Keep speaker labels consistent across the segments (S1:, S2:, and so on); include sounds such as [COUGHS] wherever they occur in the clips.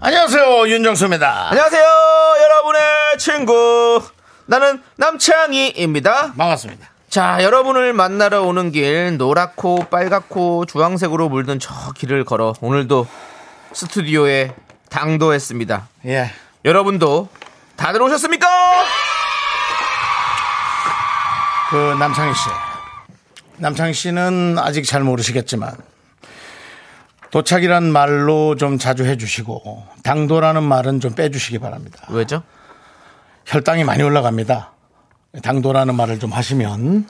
S1: 안녕하세요 윤정수입니다
S2: 안녕하세요, 여러분의 친구. 나는 남창희입니다.
S1: 반갑습니다
S2: 자, 여러분을 만나러 오는 길, 노랗고 빨갛고 주황색으로 물든 저 길을 걸어 오늘도 스튜디오에 당도했습니다.
S1: 예
S2: 여러분도 다들 오셨습니까?
S1: 그 남창희 씨. 남창희 씨는 아직 잘 모르시겠지만 도착이란 말로 좀 자주 해주시고 당도라는 말은 좀 빼주시기 바랍니다.
S2: 왜죠?
S1: 혈당이 많이 올라갑니다. 당도라는 말을 좀 하시면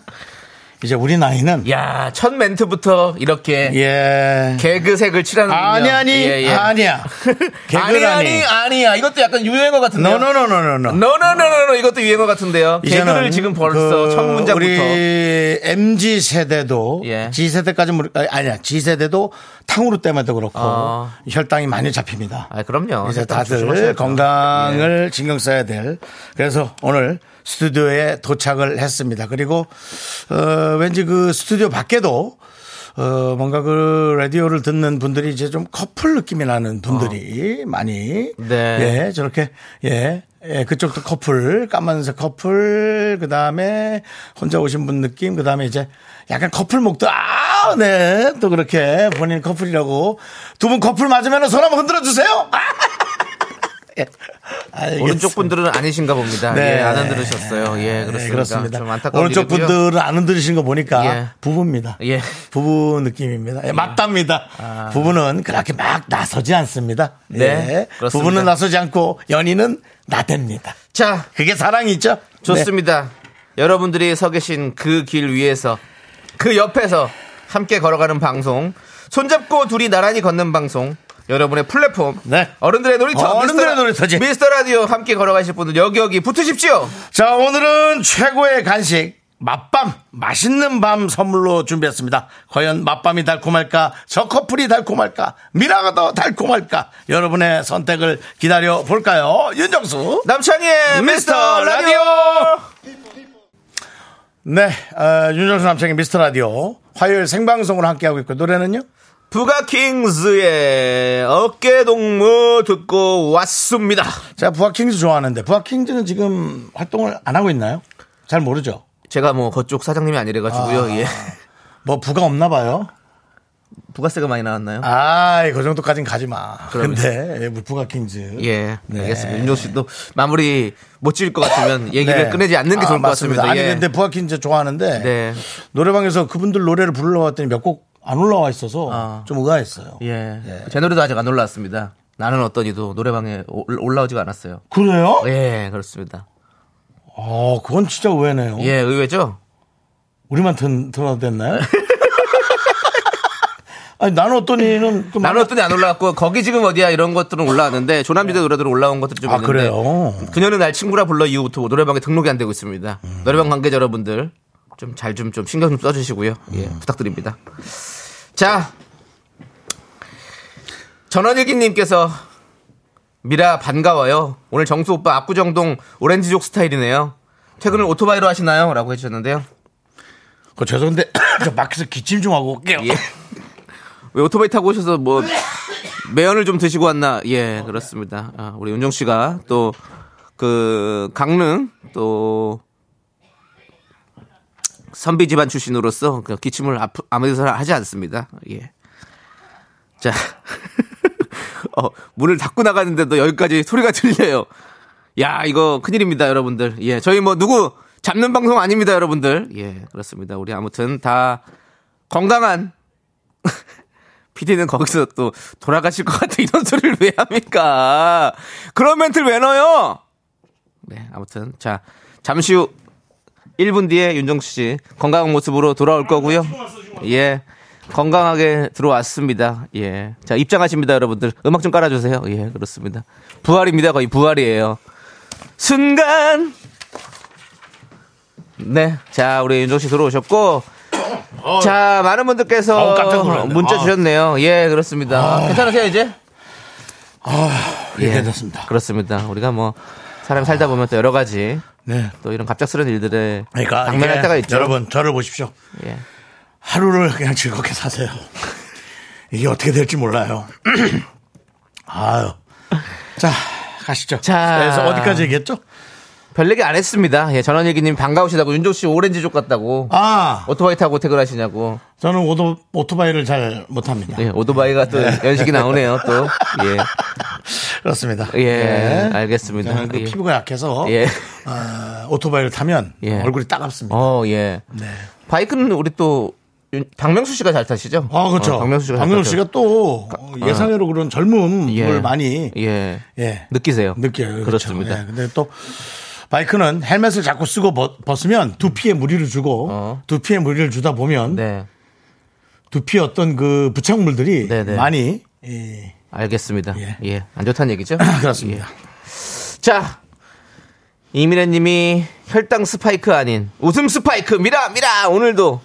S1: 이제 우리 나이는
S2: 야, 첫 멘트부터 이렇게
S1: 예
S2: 개그색을 칠하는
S1: 아니 아니 아니야
S2: [LAUGHS] 아니
S1: 개그라니
S2: 아니 아니야. 이것도 약간 유행어 같은데요.
S1: 노노노노노
S2: 노노노노노 이것도 유행어 같은데요. 개그를 지금 벌써 첫 문장부터
S1: 우리 MZ 세대도
S2: 예.
S1: G 세대까지 모르, 아니, 아니야 G 세대도 탕후루 때문에도 그렇고
S2: 어.
S1: 혈당이 많이 잡힙니다.
S2: 아, 그럼요.
S1: 이제
S2: 혈당
S1: 다들
S2: 조심하셔야죠. 예.
S1: 건강을 신경 써야 될. 그래서 오늘 스튜디오에 도착을 했습니다. 그리고 어, 왠지 그 스튜디오 밖에도 어, 뭔가 그 라디오를 듣는 분들이 이제 좀 커플 느낌이 나는 분들이 많이
S2: 어. 네.
S1: 예 저렇게 예. 예, 그쪽도 커플, 까만색 커플, 그 다음에 혼자 오신 분 느낌, 그 다음에 이제 약간 커플 목도, 아, 네, 또 그렇게 본인 커플이라고 두 분 커플 맞으면 손 한번 흔들어 주세요! 아! 알겠습니다.
S2: 오른쪽 분들은 아니신가 봅니다.
S1: 네.
S2: 예, 안 흔들으셨어요. 예, 그렇습니다.
S1: 네, 그렇습니다.
S2: 좀 안타까운
S1: 오른쪽
S2: 일이고요.
S1: 분들은 안 흔들으신 거 보니까
S2: 예.
S1: 부부입니다.
S2: 예. 아.
S1: 부부 느낌입니다. 예, 맞답니다. 부부는 그렇게 막 나서지 않습니다.
S2: 네,
S1: 예.
S2: 그렇습니다.
S1: 부부는 나서지 않고 연인은 나댑니다.
S2: 자,
S1: 그게 사랑이죠? 네.
S2: 좋습니다. 여러분들이 서 계신 그 길 위에서 그 옆에서 함께 걸어가는 방송, 손잡고 둘이 나란히 걷는 방송, 여러분의 플랫폼,
S1: 네.
S2: 어른들의 놀이터,
S1: 어른들의
S2: 미스터 라-
S1: 놀이터지.
S2: 미스터 라디오 함께 걸어가실 분들 여기 여기 붙으십시오.
S1: 네. 자, 오늘은 최고의 간식. 맛밤, 맛있는 밤 선물로 준비했습니다. 과연 맛밤이 달콤할까? 저 커플이 달콤할까? 미라가 더 달콤할까? 여러분의 선택을 기다려 볼까요? 윤정수.
S2: 남창희의 미스터 라디오.
S1: 네, 어, 윤정수 남창의 미스터 라디오 화요일 생방송으로 함께하고 있고 노래는요?
S2: 부가킹스의 어깨동무 듣고 왔습니다.
S1: 제가 부하킹즈 좋아하는데 부하킹즈는 지금 활동을 안 하고 있나요? 잘 모르죠.
S2: 제가 뭐 그쪽 사장님이 아니래가지고요. 예.
S1: 뭐 부가 없나 봐요.
S2: [LAUGHS] 부가세가 많이 나왔나요?
S1: 아, 그 정도까진 가지 마.
S2: 그럼요.
S1: 근데 예, 부하킹즈.
S2: 예, 알겠습니다. 윤종 씨도 마무리 못 지을 것 [LAUGHS] 같으면 얘기를
S1: 네.
S2: 꺼내지 않는 게
S1: 아,
S2: 좋을 것
S1: 맞습니다.
S2: 같습니다.
S1: 아니
S2: 예.
S1: 근데 부하킹즈 좋아하는데
S2: 네.
S1: 노래방에서 그분들 노래를 불러봤더니 몇 곡 안 올라와 있어서
S2: 아.
S1: 좀 의아했어요.
S2: 예. 제 노래도 아직 안 올라왔습니다. 나는 어떠니도 노래방에 올- 올라오지가 않았어요.
S1: 그래요?
S2: 예, 그렇습니다.
S1: 어, 그건 진짜 의외네요.
S2: 예, 의외죠?
S1: 우리만 든, 들어도
S2: [LAUGHS]
S1: 됐나요? 아니, 나는 어떤 이는 그
S2: 나는 어떠니 안 올라왔고, 거기 지금 어디야 이런 것들은 올라왔는데, 조남지대 노래들 올라온 것들 좀
S1: 아,
S2: 있는데.
S1: 그래요?
S2: 그녀는 날 친구라 불러 이후부터 뭐 노래방에 등록이 안 되고 있습니다. 노래방 관계자 여러분들, 좀 잘 좀 좀 신경 좀 써주시고요. 예,
S1: 음.
S2: 부탁드립니다. 자. 전원일기님께서 미라 반가워요. 오늘 정수 오빠 압구정동 오렌지족 스타일이네요. 퇴근을 오토바이로 하시나요? 라고 해주셨는데요.
S1: 그 죄송한데, [COUGHS] 저 밖에서 기침 좀 하고 올게요.
S2: 예. 왜 오토바이 타고 오셔서 뭐 매연을 좀 드시고 왔나? 예, 그렇습니다. 아, 우리 윤정 씨가 또 그 강릉 또 선비 집안 출신으로서 그 기침을 아프, 아무데서나 하지 않습니다. 예. 자, [LAUGHS] 어, 문을 닫고 나갔는데도 여기까지 소리가 들려요. 야, 이거 큰일입니다, 여러분들. 예, 저희 뭐 누구 잡는 방송 아닙니다, 여러분들. 예, 그렇습니다. 우리 아무튼 다 건강한 PD는 거기서 또 돌아가실 것 같아 이런 소리를 왜 합니까? 그런 멘트를 왜 넣어요? 네, 아무튼 자 잠시 후 1분 뒤에 윤정수 씨 건강한 모습으로 돌아올 거고요. 예, 건강하게 들어왔습니다. 예. 자, 입장하십니다, 여러분들. 음악 좀 깔아주세요. 예, 그렇습니다. 부활입니다. 거의 부활이에요. 순간! 네. 자, 우리 윤종 씨 들어오셨고. 자, 많은 분들께서
S1: 어우, 깜짝 놀랐네.
S2: 문자
S1: 아.
S2: 주셨네요. 예, 그렇습니다. 괜찮으세요, 이제?
S1: 예, 괜찮습니다.
S2: 그렇습니다. 우리가 뭐, 사람 살다 보면 또 여러 가지
S1: 네.
S2: 또 이런 갑작스러운 일들에
S1: 그러니까
S2: 당면할
S1: 이게
S2: 때가 있죠.
S1: 여러분 저를 보십시오.
S2: 예.
S1: 하루를 그냥 즐겁게 사세요. 이게 어떻게 될지 몰라요. [COUGHS] 아유. 자, 가시죠.
S2: 자.
S1: 그래서 어디까지 얘기했죠?
S2: 별 얘기 안 했습니다. 예, 전원일기님 반가우시다고 윤종 씨 오렌지족 같다고
S1: 아,
S2: 오토바이 타고 퇴근하시냐고.
S1: 저는 오토, 오토바이를 잘 못합니다.
S2: 예, 오토바이가 또 연식이 나오네요. 또 예,
S1: 그렇습니다.
S2: 예,
S1: 네.
S2: 알겠습니다.
S1: 저는 그
S2: 예.
S1: 피부가 약해서 [LAUGHS]
S2: 예.
S1: 어, 오토바이를 타면
S2: 예.
S1: 얼굴이 따갑습니다.
S2: 어, 예.
S1: 네.
S2: 바이크는 우리 또 윤- 박명수 씨가 잘 타시죠?
S1: 아, 그렇죠.
S2: 어, 박명수 씨가 잘 타죠.
S1: 또 예상외로 그런 젊음을
S2: 예.
S1: 많이
S2: 예.
S1: 예.
S2: 느끼세요.
S1: 느껴요. 그렇죠.
S2: 그렇습니다.
S1: 예, 근데 또 바이크는 헬멧을 자꾸 쓰고 벗, 벗으면 두피에 무리를 주고
S2: 어.
S1: 두피에 무리를 주다 보면
S2: 네,
S1: 두피 어떤 그 부착물들이
S2: 네, 네.
S1: 많이 예, [CLEARS THROAT]
S2: 알겠습니다.
S1: 예.
S2: 예, 안 좋다는 얘기죠?
S1: [LAUGHS] 그렇습니다.
S2: 자, 이미래님이 혈당 스파이크 아닌 웃음 스파이크 미라 미라 오늘도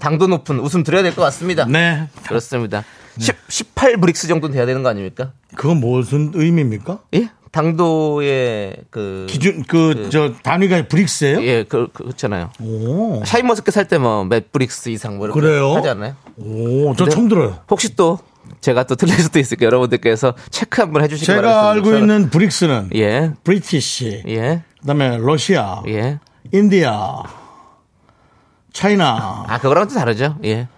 S2: 당도 높은 웃음 드려야 될 것 같습니다.
S1: 네.
S2: 그렇습니다. 10, 18 브릭스 정도는 돼야 되는 거 아닙니까?
S1: 그건 무슨 의미입니까?
S2: 예? 당도의 그
S1: 기준 그 저 단위가 브릭스예요?
S2: 예, 그, 그- 그렇잖아요.
S1: 오.
S2: 샤인머스켓 살 때 뭐 몇 브릭스 이상 뭐 이렇게
S1: 뭐. 그래요?
S2: 하지 않나요?
S1: 오, 저
S2: 근데
S1: 처음 들어요.
S2: 혹시 또 제가 또 틀릴 수도 있으니까 여러분들께서 체크 한번 해주시기 바랍니다.
S1: 제가 알고 있는 브릭스는
S2: 예,
S1: 브리티시,
S2: 예,
S1: 그다음에 러시아,
S2: 예.
S1: 인디아, 차이나.
S2: 아 그거랑 또 다르죠. 예.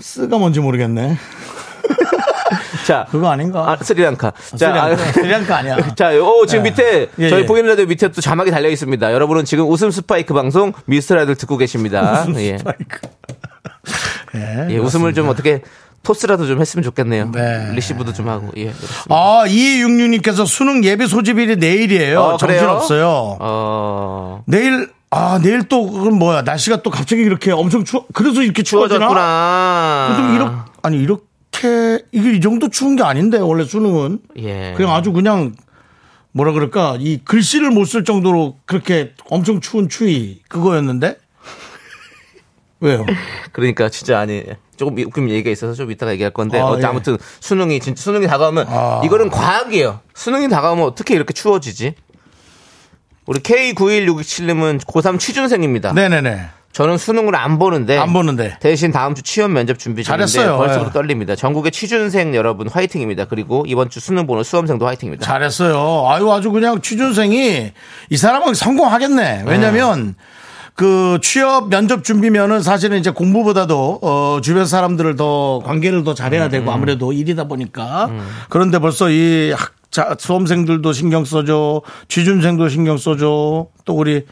S1: 쓰가 뭔지 모르겠네.
S2: 자,
S1: 그거 아닌가?
S2: 아, 스리랑카.
S1: 스리랑카.
S2: 아,
S1: 스리랑카 아니야.
S2: [LAUGHS] 자, 오, 지금
S1: 예.
S2: 밑에,
S1: 예,
S2: 저희
S1: 예.
S2: 보이는 라디오 밑에 또 자막이 달려 있습니다. 여러분은 지금 웃음 스파이크 방송 미스터라이들 듣고 계십니다. 예.
S1: 스파이크.
S2: 예, 웃음을 좀 어떻게 토스라도 좀 했으면 좋겠네요.
S1: 네.
S2: 리시브도 좀 하고. 예. 그렇습니다.
S1: 아, 2266님께서 수능 예비 소집일이 내일이에요.
S2: 어, 그래요? 아.
S1: 정신없어요.
S2: 어,
S1: 내일, 아, 내일 또, 그럼 뭐야. 날씨가 또 갑자기 이렇게 엄청 추워. 그래서 이렇게 추워지나?
S2: 추워졌구나.
S1: 좀 이렇게, 아니, 이렇게, 이게 이 정도 추운 게 아닌데, 원래 수능은.
S2: 예.
S1: 그냥 아주 그냥, 뭐라 그럴까. 이 글씨를 못 쓸 정도로 그렇게 엄청 추운 추위. 그거였는데? 왜요?
S2: 그러니까 진짜 아니 조금 웃긴 얘기가 있어서 좀 이따가 얘기할 건데
S1: 아,
S2: 어,
S1: 예.
S2: 아무튼 수능이 진짜 수능이 다가오면
S1: 아.
S2: 이거는 과학이에요. 수능이 다가오면 어떻게 이렇게 추워지지? 우리 K91627님은 고3 취준생입니다.
S1: 네네네.
S2: 저는 수능을 안 보는데
S1: 안 보는데.
S2: 대신 다음 주 취업 면접 준비 중인데
S1: 잘했어요.
S2: 벌써부터
S1: 예.
S2: 떨립니다. 전국의 취준생 여러분 화이팅입니다. 그리고 이번 주 수능 보는 수험생도 화이팅입니다.
S1: 네. 잘했어요. 아유 아주 그냥 취준생이 이 사람은 성공하겠네. 왜냐면 그 취업 면접 준비면은 사실은 이제 공부보다도 어 주변 사람들을 더 관계를 더 잘해야 되고 아무래도 일이다 보니까 그런데 벌써 이 학자 수험생들도 신경 써줘 취준생도 신경 써줘 또 우리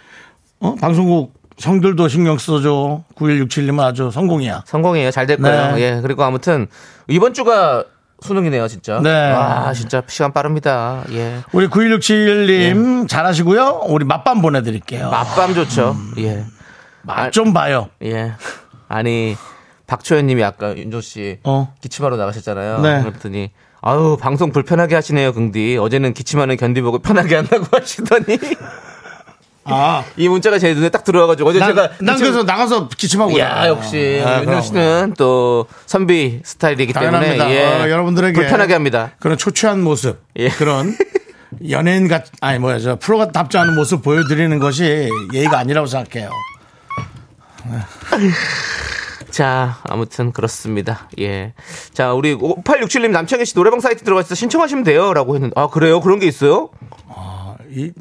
S1: 어? 방송국 성들도 신경 써줘 9167님은 아주 성공이야.
S2: 성공이에요. 잘 될 거예요.
S1: 네.
S2: 예. 그리고 아무튼 이번 주가 수능이네요, 진짜.
S1: 네.
S2: 와, 진짜 시간 빠릅니다. 예.
S1: 우리 9167님 잘하시고요. 우리 맛밤 보내드릴게요.
S2: 맛밤 좋죠.
S1: 음.
S2: 예. 아,
S1: 좀 봐요.
S2: 예. 아니, 박초연 님이 아까 윤조 씨
S1: 어.
S2: 기침하러 나가셨잖아요.
S1: 네.
S2: 그랬더니 아유, 방송 불편하게 하시네요, 긍디. 어제는 기침하는 견디보고 편하게 한다고 [LAUGHS] 하시더니
S1: 아
S2: 이 문자가 제 눈에 딱 들어와가지고 어제
S1: 난,
S2: 제가
S1: 난
S2: 기침-
S1: 그래서 나가서 기침하고
S2: 야
S1: 나요.
S2: 역시
S1: 아,
S2: 윤조
S1: 그럼.
S2: 씨는 또 선비 스타일이기 때문에
S1: 당연합니다.
S2: 예.
S1: 어, 여러분들에게
S2: 불편하게 합니다.
S1: 그런 초췌한 모습,
S2: 예.
S1: [LAUGHS] 그런 연예인 같 아니 뭐야 저 프로답지 않은 모습 보여드리는 것이 예의가 아니라고 생각해요.
S2: 자, 아무튼 그렇습니다. 예. 자, 우리 5867님 남창희 씨 노래방 사이트 들어가서 신청하시면 돼요. 라고 했는데, 아, 그래요? 그런 게 있어요?
S1: 이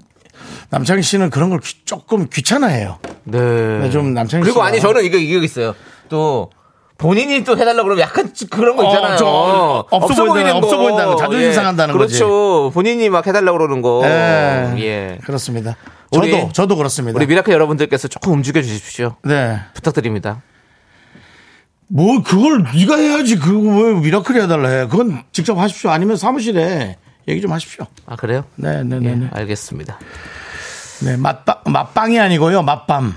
S1: 남창희 씨는 그런 걸 귀- 조금 귀찮아해요.
S2: 네.
S1: 네, 좀 남창희
S2: 그리고
S1: 씨가-
S2: 아니, 저는 이게, 이게 있어요. 또, 본인이 또 해달라고 그러면 약간 찌- 그런 거
S1: 어,
S2: 있잖아요.
S1: 저 없어 보이는, 없어 보인다는 거, 자존심 상한다는
S2: 그렇죠.
S1: 거지.
S2: 그렇죠. 본인이 막 해달라고 그러는 거.
S1: 예,
S2: 예.
S1: 그렇습니다. 저도
S2: 우리-
S1: 저도 그렇습니다.
S2: 우리 미라클 여러분들께서 조금 움직여 주십시오.
S1: 네,
S2: 부탁드립니다.
S1: 뭐 그걸 네가 해야지 그거 왜 미라클이 해달라 해? 그건 직접 하십시오. 아니면 사무실에 얘기 좀 하십시오.
S2: 아, 그래요? 예,
S1: 네, 네, 네, 네.
S2: 알겠습니다.
S1: 네, 맛빵, 맛빵이 아니고요, 맛밤.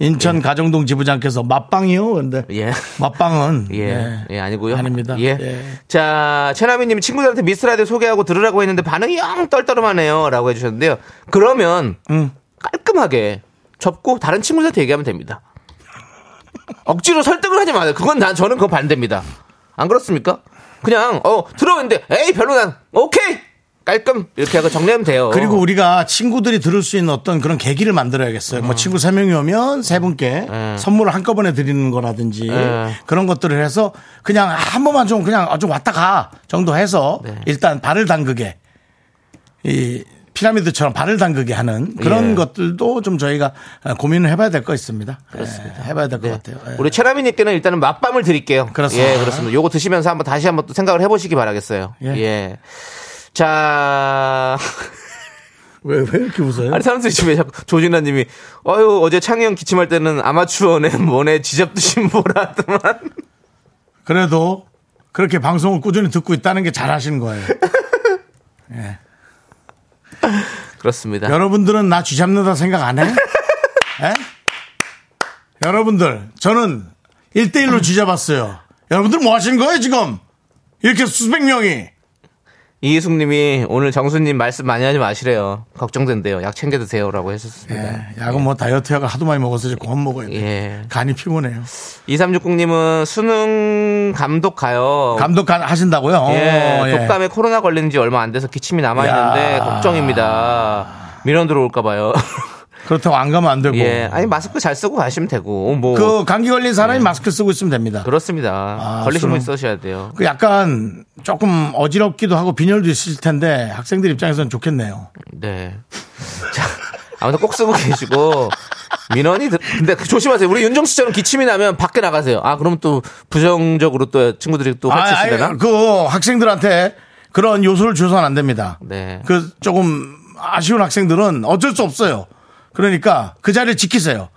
S1: 인천 가정동 지부장께서 맛빵이요? 그런데
S2: 예.
S1: 맛빵은
S2: 예.
S1: 예.
S2: 예, 아니고요.
S1: 아닙니다.
S2: 예.
S1: 예.
S2: 자, 최나미 님이 친구들한테 미스라디오 소개하고 들으라고 했는데 반응이 영 떨떠름하네요. 라고 해주셨는데요. 그러면
S1: 음.
S2: 깔끔하게 접고 다른 친구들한테 얘기하면 됩니다. 억지로 설득을 하지 마세요. 그건 난, 저는 그건 반대입니다. 안 그렇습니까? 그냥, 어, 들어오는데, 에이, 별로 난, 오케이! 깔끔! 이렇게 하고 정리하면 돼요.
S1: 그리고 우리가 친구들이 들을 수 있는 어떤 그런 계기를 만들어야겠어요.
S2: 음.
S1: 뭐 친구 세명이 오면 세분께 선물을 한꺼번에 드리는 거라든지
S2: 예.
S1: 그런 것들을 해서 그냥 한 번만 좀 그냥 아, 좀 왔다 가 정도 해서
S2: 네.
S1: 일단 발을 담그게 이 피라미드처럼 발을 담그게 하는 그런
S2: 예.
S1: 것들도 좀 저희가 고민을 해봐야 될 것 있습니다. 예, 해봐야 될 것
S2: 네.
S1: 같아요. 예.
S2: 우리 최라미님께는 일단은 맛밤을 드릴게요.
S1: 그렇습니다.
S2: 예, 그렇습니다. 요거 드시면서 한번 다시 한번 또 생각을 해보시기 바라겠어요.
S1: 예.
S2: 예. 자, [LAUGHS]
S1: 왜, 왜 이렇게 웃어요?
S2: 아니 사람들이 지금 왜 자꾸 조진아님이 어유 어제 창희 형 기침할 때는 아마추어네 뭐네 지접 드신 보라더만. [LAUGHS]
S1: 그래도 그렇게 방송을 꾸준히 듣고 있다는 게 잘하신 거예요.
S2: 그렇습니다.
S1: 여러분들은 나 쥐잡는다 생각 안 해? 예? 여러분들, 저는 1대1로 쥐잡았어요. 여러분들 뭐 하시는 거예요, 지금? 이렇게 수백 명이.
S2: 이희숙님이 오늘 정수님 말씀 많이 하지 마시래요. 걱정된대요. 약 챙겨 드세요라고 했었습니다.
S1: 예, 약은 뭐 다이어트 약을 하도 많이 먹어서 이제 그만 먹어야 돼.
S2: 예.
S1: 간이 피곤해요.
S2: 2360님은 수능 감독 가요.
S1: 감독 간 하신다고요?
S2: 예,
S1: 어, 예.
S2: 독감에 코로나 걸린 지 얼마 안 돼서 기침이 남아 있는데
S1: 야.
S2: 걱정입니다. 민원 들어올까 봐요. [LAUGHS]
S1: 그렇다고 안 가면 안 되고.
S2: 예, 아니 마스크 잘 쓰고 가시면 되고 뭐
S1: 뭐. 그 감기 걸린 사람이 마스크 쓰고 있으면 됩니다.
S2: 그렇습니다
S1: 아,
S2: 걸리시면
S1: 쓰는-
S2: 쓰셔야 돼요.
S1: 그 약간 조금 어지럽기도 하고 빈혈도 있을 텐데 학생들 입장에서는 좋겠네요.
S2: 네. [LAUGHS] 자, 아무튼 꼭 쓰고 계시고 민원이 들... 근데 그 조심하세요. 우리 윤정수처럼 기침이 나면 밖에 나가세요. 아, 그럼 또 부정적으로 또 친구들이 또 같이
S1: 아이,
S2: 쓰려나?
S1: 그 학생들한테 그런 요소를 줘서는 안 됩니다.
S2: 네.
S1: 그 조금 아쉬운 학생들은 어쩔 수 없어요. 그러니까 그 자리를 지키세요.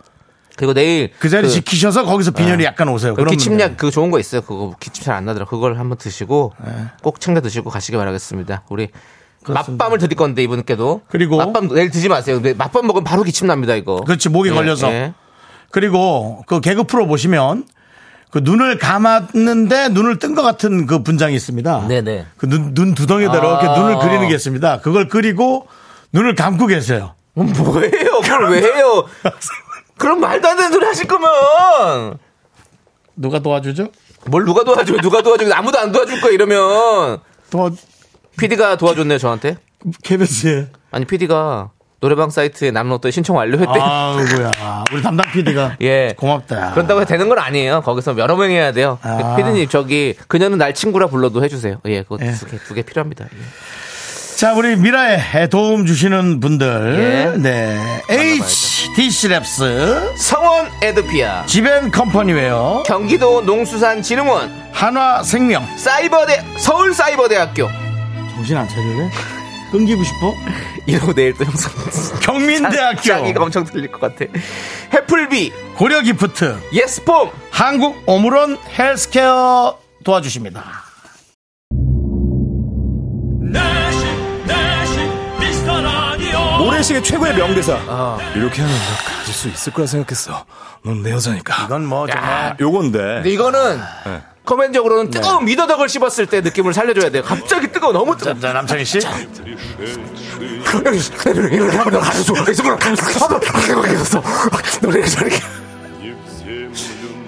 S2: 그리고 내일
S1: 그 자리 지키셔서 거기서 빈혈이 약간 오세요.
S2: 그
S1: 그러면
S2: 기침약 그 좋은 거 있어요. 그거 기침 잘 안 나더라. 그걸 한번 드시고
S1: 네.
S2: 꼭 챙겨 드시고 가시기 바라겠습니다. 우리 맛밤을 드릴 건데 이분께도
S1: 그리고
S2: 맛밤 내일 드지 마세요. 근데 맛밤 먹으면 바로 기침 납니다 이거. 예,
S1: 그렇지, 목에 걸려서. 그리고 그 개그 프로 보시면 그 눈을 감았는데 눈을 뜬 것 같은 그 분장이 있습니다.
S2: 네네.
S1: 그 눈, 눈 두덩이에다 이렇게
S2: 아.
S1: 눈을 그리는 게 있습니다. 그걸 그리고 눈을 감고 계세요.
S2: 음, 뭐예요? 그걸 왜 해요? 그럼 말도 안 되는 소리 하실 거면
S1: 누가 도와주죠?
S2: 뭘 누가 도와줘? 누가 도와줘? 아무도 안 도와줄 거야 이러면
S1: 도와,
S2: PD가 도와줬네요 저한테.
S1: KBS에.
S2: 아니 PD가 노래방 사이트에 남은 어떤 신청 완료했대. 요
S1: 아이고야. 우리 담당 [LAUGHS] PD가.
S2: 예.
S1: 고맙다.
S2: 그런다고 해서 되는 건 아니에요. 거기서 여러 명 해야 돼요.
S1: 아.
S2: 피디님 저기 그녀는 날 친구라 불러도 해주세요. 예, 그거
S1: 예.
S2: 두 개 두 개 필요합니다. 예.
S1: 자, 우리 미라에 도움 주시는 분들.
S2: 예.
S1: 네. HDC 랩스.
S2: 성원 에드피아,
S1: 지벤 컴퍼니웨어.
S2: 경기도 농수산진흥원,
S1: 한화생명.
S2: 사이버대 서울 사이버대학교.
S1: 정신 안 차릴래? 끊기고 싶어?
S2: 이러고 내일 또 형성. 자기가
S1: 경민대학교.
S2: 엄청 들릴 것 같아. 해플비,
S1: 고려기프트.
S2: 예스폼.
S1: 한국 오므론 헬스케어 도와주십니다.
S3: 내식 내식 미스터 라디오
S4: 모래시계 최고의 명대사.
S2: 아.
S4: 이렇게 하면 너 가질 수 있을 거라 생각했어. 넌 내 여자니까. 아,
S1: 이건 뭐 정말.
S4: 요건데.
S2: 근데 이거는
S1: 아. 네.
S2: 코멘적으로는 뜨거운 미더덕을 씹었을 때 느낌을 살려줘야 돼요. 갑자기 뜨거워, 너무 뜨거워.
S1: 자, 뭐, 남창희 씨.